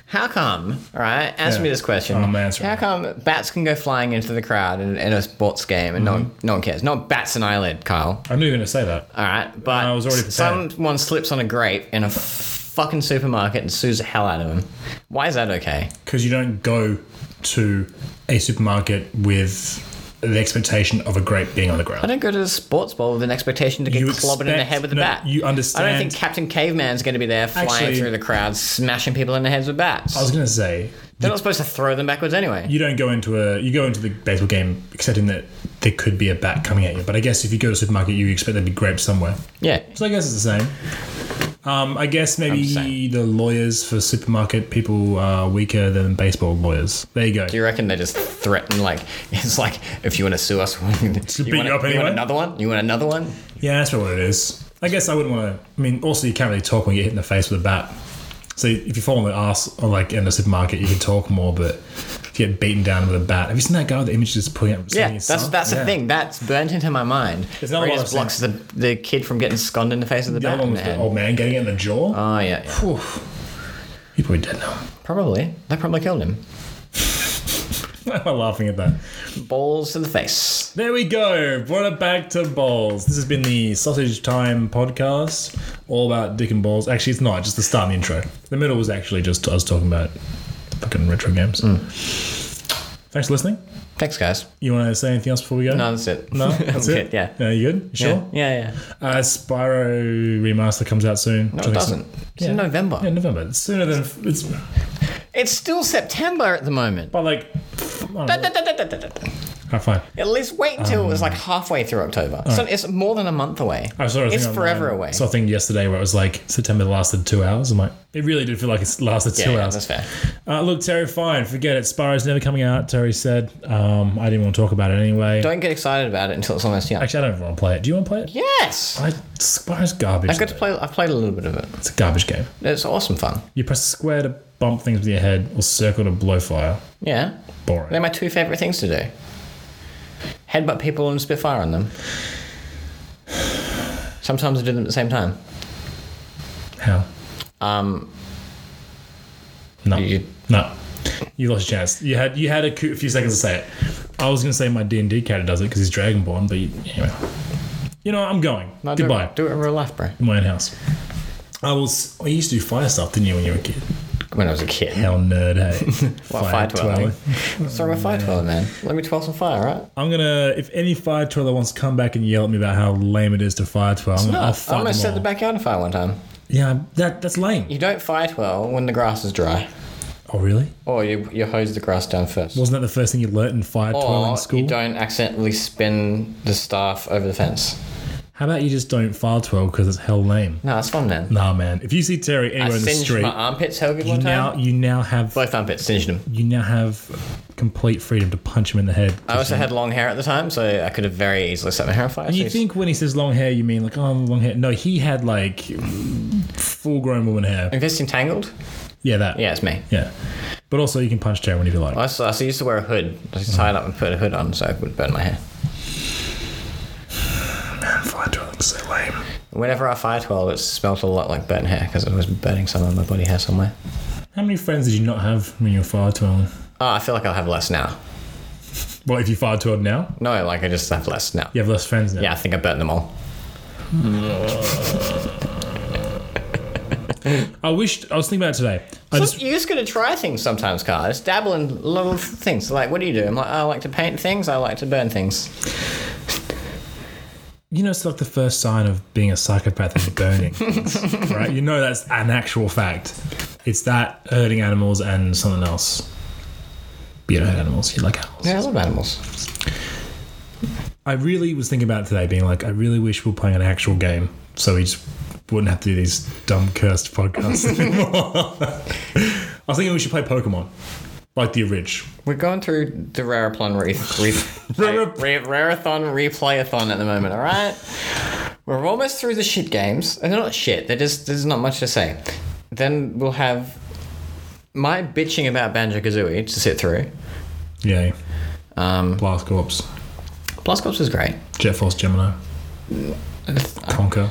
Speaker 2: How come? All right, answer
Speaker 1: Yeah.
Speaker 2: me this question.
Speaker 1: I'm answering.
Speaker 2: How come bats can go flying into the crowd in, in a sports game and no one,
Speaker 1: Mm-hmm.
Speaker 2: no one cares? Not bats an eyelid, Kyle.
Speaker 1: I'm not even going to say that.
Speaker 2: All right, but
Speaker 1: I was already prepared.
Speaker 2: someone slips on a grape in a fucking supermarket and sues the hell out of him. Why is that okay?
Speaker 1: Because you don't go to a supermarket with the expectation of a grape being on the
Speaker 2: I
Speaker 1: ground.
Speaker 2: don't go to the sports bowl with an expectation to get
Speaker 1: You
Speaker 2: clobbered in the
Speaker 1: expect-
Speaker 2: head with a
Speaker 1: no,
Speaker 2: bat.
Speaker 1: you
Speaker 2: I don't think
Speaker 1: understand-
Speaker 2: Captain Caveman's going to be there flying
Speaker 1: Actually-
Speaker 2: through the crowd, smashing people in the heads with bats.
Speaker 1: I was going to say,
Speaker 2: They're not supposed to throw them backwards anyway.
Speaker 1: you don't go into a you go into the baseball game accepting that there could be a bat coming at you. But I guess if you go to a supermarket, you expect there'd be grapes somewhere.
Speaker 2: yeah,
Speaker 1: So I guess it's the same. Um, I guess
Speaker 2: I'm the
Speaker 1: maybe
Speaker 2: same.
Speaker 1: the lawyers for supermarket people are weaker than baseball lawyers. There you go.
Speaker 2: Do you reckon they just threaten like it's like if you want to sue us, you,
Speaker 1: beat
Speaker 2: want,
Speaker 1: you up
Speaker 2: you
Speaker 1: anyway?
Speaker 2: want another one? You want another one?
Speaker 1: Yeah, that's probably what it is. I guess I wouldn't want to. I mean, also you can't really talk when you get hit in the face with a bat. So if you fall on the ass or like in a supermarket, you can talk more. But if you get beaten down with a bat, have you seen that guy with the image just pulling up?
Speaker 2: Yeah,
Speaker 1: slinging his
Speaker 2: that's
Speaker 1: son?
Speaker 2: that's
Speaker 1: Yeah.
Speaker 2: the thing. That's burnt into my mind.
Speaker 1: There's not a
Speaker 2: Where he
Speaker 1: lot
Speaker 2: just
Speaker 1: of
Speaker 2: blocks the, the kid from getting sconed in the face with the
Speaker 1: The
Speaker 2: bat.
Speaker 1: other one
Speaker 2: in
Speaker 1: was
Speaker 2: the
Speaker 1: the
Speaker 2: head.
Speaker 1: old man getting it in the jaw.
Speaker 2: Oh yeah, yeah.
Speaker 1: Phew. He probably dead now.
Speaker 2: probably that probably killed him.
Speaker 1: Why am I laughing at that?
Speaker 2: Balls to the face.
Speaker 1: There we go. Brought it back to balls. This has been the Sausage Time podcast, all about dick and balls. Actually, it's not. Just the start and the intro. The middle was actually just us talking about fucking retro games.
Speaker 2: Mm.
Speaker 1: Thanks for listening.
Speaker 2: Thanks, guys.
Speaker 1: You want to say anything else before we go?
Speaker 2: No, that's it.
Speaker 1: No, that's
Speaker 2: I'm
Speaker 1: it.
Speaker 2: good, yeah.
Speaker 1: Uh, you good? You
Speaker 2: Yeah,
Speaker 1: sure.
Speaker 2: yeah, yeah.
Speaker 1: Uh, Spyro remaster comes out soon.
Speaker 2: No, it doesn't. It's in November.
Speaker 1: Yeah, November. It's sooner than it's
Speaker 2: It's still September at the moment.
Speaker 1: by like. f- I don't know.
Speaker 2: Da, da, da, da, da, da, da.
Speaker 1: Oh, fine.
Speaker 2: At least wait
Speaker 1: Um.
Speaker 2: until it's like halfway through October. So it's more than a month away.
Speaker 1: Oh, I saw a thing
Speaker 2: it's
Speaker 1: online-
Speaker 2: forever away.
Speaker 1: Saw a thing yesterday where it was like September lasted two hours. I'm like, it really did feel like it's lasted
Speaker 2: yeah,
Speaker 1: two
Speaker 2: yeah,
Speaker 1: hours.
Speaker 2: that's fair.
Speaker 1: Uh, look, Terry, fine, forget it. Spyro's never coming out. Terry said, um, I didn't want to talk about it anyway.
Speaker 2: Don't get excited about it until it's almost young.
Speaker 1: Actually, I don't want to play it. Do you want to play it?
Speaker 2: Yes,
Speaker 1: I, Spyro's garbage.
Speaker 2: I've got to
Speaker 1: though.
Speaker 2: play. I've played a little bit of it.
Speaker 1: It's a garbage game.
Speaker 2: It's awesome fun.
Speaker 1: You press square to bump things with your head or circle to blow fire.
Speaker 2: Yeah,
Speaker 1: Boring.
Speaker 2: they're my two favorite things to do. Headbutt people and spit fire on them. Sometimes I do them at the same time.
Speaker 1: How?
Speaker 2: Um,
Speaker 1: No.
Speaker 2: You-
Speaker 1: no. You lost your chance. You had you had a cou- few seconds to say it. I was going to say my D&D character does it because he's Dragonborn, but you, anyway. You know, I'm going.
Speaker 2: no, do it-
Speaker 1: Goodbye.
Speaker 2: Do it, in real life, bro.
Speaker 1: my own house. I was. I used to do fire stuff, didn't you, when you were a kid?
Speaker 2: When I was a kid.
Speaker 1: Hell nerd, hey.
Speaker 2: Well, fire twirling. What's wrong with fire twirling, man? Let me twirl some fire, right?
Speaker 1: I'm gonna. If any fire twirler wants to come back and yell at me about how lame it is to fire twirl, I'm
Speaker 2: No,
Speaker 1: gonna, I'll
Speaker 2: I
Speaker 1: fight
Speaker 2: almost
Speaker 1: them
Speaker 2: set the
Speaker 1: all.
Speaker 2: backyard on fire one time.
Speaker 1: Yeah, that that's lame.
Speaker 2: You don't fire twirl when the grass is dry,
Speaker 1: Oh really?
Speaker 2: or you you hose the grass down first.
Speaker 1: Wasn't that the first thing
Speaker 2: Oh,
Speaker 1: you learnt in fire twirling
Speaker 2: Or
Speaker 1: school?
Speaker 2: you don't accidentally spin the staff over the fence.
Speaker 1: How about you just don't file 12 because it's hell lame?
Speaker 2: No, that's fun then.
Speaker 1: Nah, man. If you see Terry
Speaker 2: I
Speaker 1: anywhere in the
Speaker 2: singed
Speaker 1: street,
Speaker 2: my armpits so good
Speaker 1: you
Speaker 2: one time.
Speaker 1: now you now have
Speaker 2: Both armpits singed them.
Speaker 1: you now have complete freedom to punch him in the head.
Speaker 2: I also had long hair at the time, so I could have very easily set my hair on fire.
Speaker 1: you
Speaker 2: so
Speaker 1: think when he says long hair, you mean like oh long hair? No, he had like full-grown woman hair.
Speaker 2: investing tangled?
Speaker 1: Yeah, that.
Speaker 2: Yeah, it's me.
Speaker 1: yeah. But also, you can punch Terry whenever you like.
Speaker 2: I also, I also used to wear a hood. I used to tie it up and put a hood on so I would burn my hair.
Speaker 1: Fire twirling's so lame.
Speaker 2: Whenever I fire twirled, it smelled a lot like burnt hair because I was burning some of my body hair somewhere.
Speaker 1: How many friends did you not have when you were fire twirling?
Speaker 2: Oh, I feel like I'll have less now.
Speaker 1: Well, if you fire twirled now,
Speaker 2: No, like I just have less now.
Speaker 1: you have less friends now.
Speaker 2: Yeah, I think I burnt them all.
Speaker 1: I wished I was thinking about it today. I
Speaker 2: So
Speaker 1: just
Speaker 2: you're just gonna try things sometimes, Carl. Just dabble in little things. Like, what do you do? I'm like, "Oh, I like to paint things. I like to burn things.
Speaker 1: you know, it's like the first sign of being a psychopath is burning, things, right? You know, that's an actual fact. It's that hurting animals and something else. But you don't hurt animals, you like animals.
Speaker 2: Yeah, I love animals.
Speaker 1: I really was thinking about it today, being like, I really wish we were playing an actual game so we just wouldn't have to do these dumb cursed podcasts anymore. I was thinking we should play Pokemon, like the orig.
Speaker 2: We're going through the Rarathon re- re-
Speaker 1: Rara-
Speaker 2: re- Rarathon replayathon at the moment. All right, we're almost through the shit games. And They're not shit. They're just there's not much to say. Then we'll have my bitching about Banjo Kazooie to sit through.
Speaker 1: Yay.
Speaker 2: Um,
Speaker 1: Blast Corps,
Speaker 2: Blascops is great. oh,
Speaker 1: Jet Force Gemini, Conker.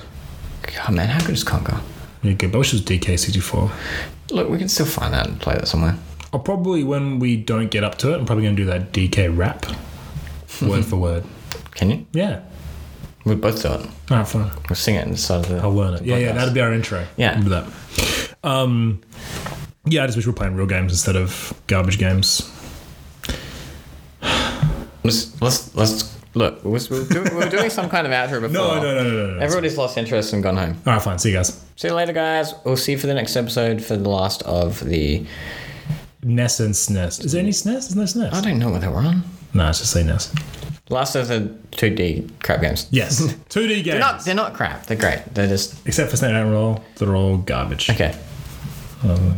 Speaker 2: God, man, how good is Conker?
Speaker 1: Yeah, good. But I wish it was DK64.
Speaker 2: Look, we can still find that and play that somewhere.
Speaker 1: I'll probably, when we don't get up to it, I'm probably going to do that DK rap word for word.
Speaker 2: Can you?
Speaker 1: Yeah.
Speaker 2: We both do it.
Speaker 1: All right, fine.
Speaker 2: We'll sing it inside the.
Speaker 1: I'll learn it. Yeah, yeah,
Speaker 2: podcast.
Speaker 1: that'll be our intro.
Speaker 2: Yeah.
Speaker 1: Remember that. Um, yeah, I just wish we were playing real games instead of garbage games.
Speaker 2: Let's let's, let's look. We're, we're, doing, we're doing some kind of outro before.
Speaker 1: No, no, no, no, no, no.
Speaker 2: Everybody's lost interest and gone home.
Speaker 1: All right, fine. See you guys.
Speaker 2: See you later, guys. We'll see you for the next episode for the last of the.
Speaker 1: Ness and SNES. Is there any SNES? There's no
Speaker 2: I
Speaker 1: SNES.
Speaker 2: don't know whether we're on.
Speaker 1: No, it's just say NES.
Speaker 2: Last of the 2D crap games.
Speaker 1: Yes. 2D games.
Speaker 2: They're not, they're not crap. They're great. They're just.
Speaker 1: Except for Snake and Roll. They're all garbage.
Speaker 2: Okay.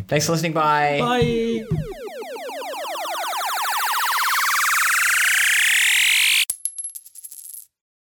Speaker 2: Thanks for listening. Bye.
Speaker 1: Oh Bye.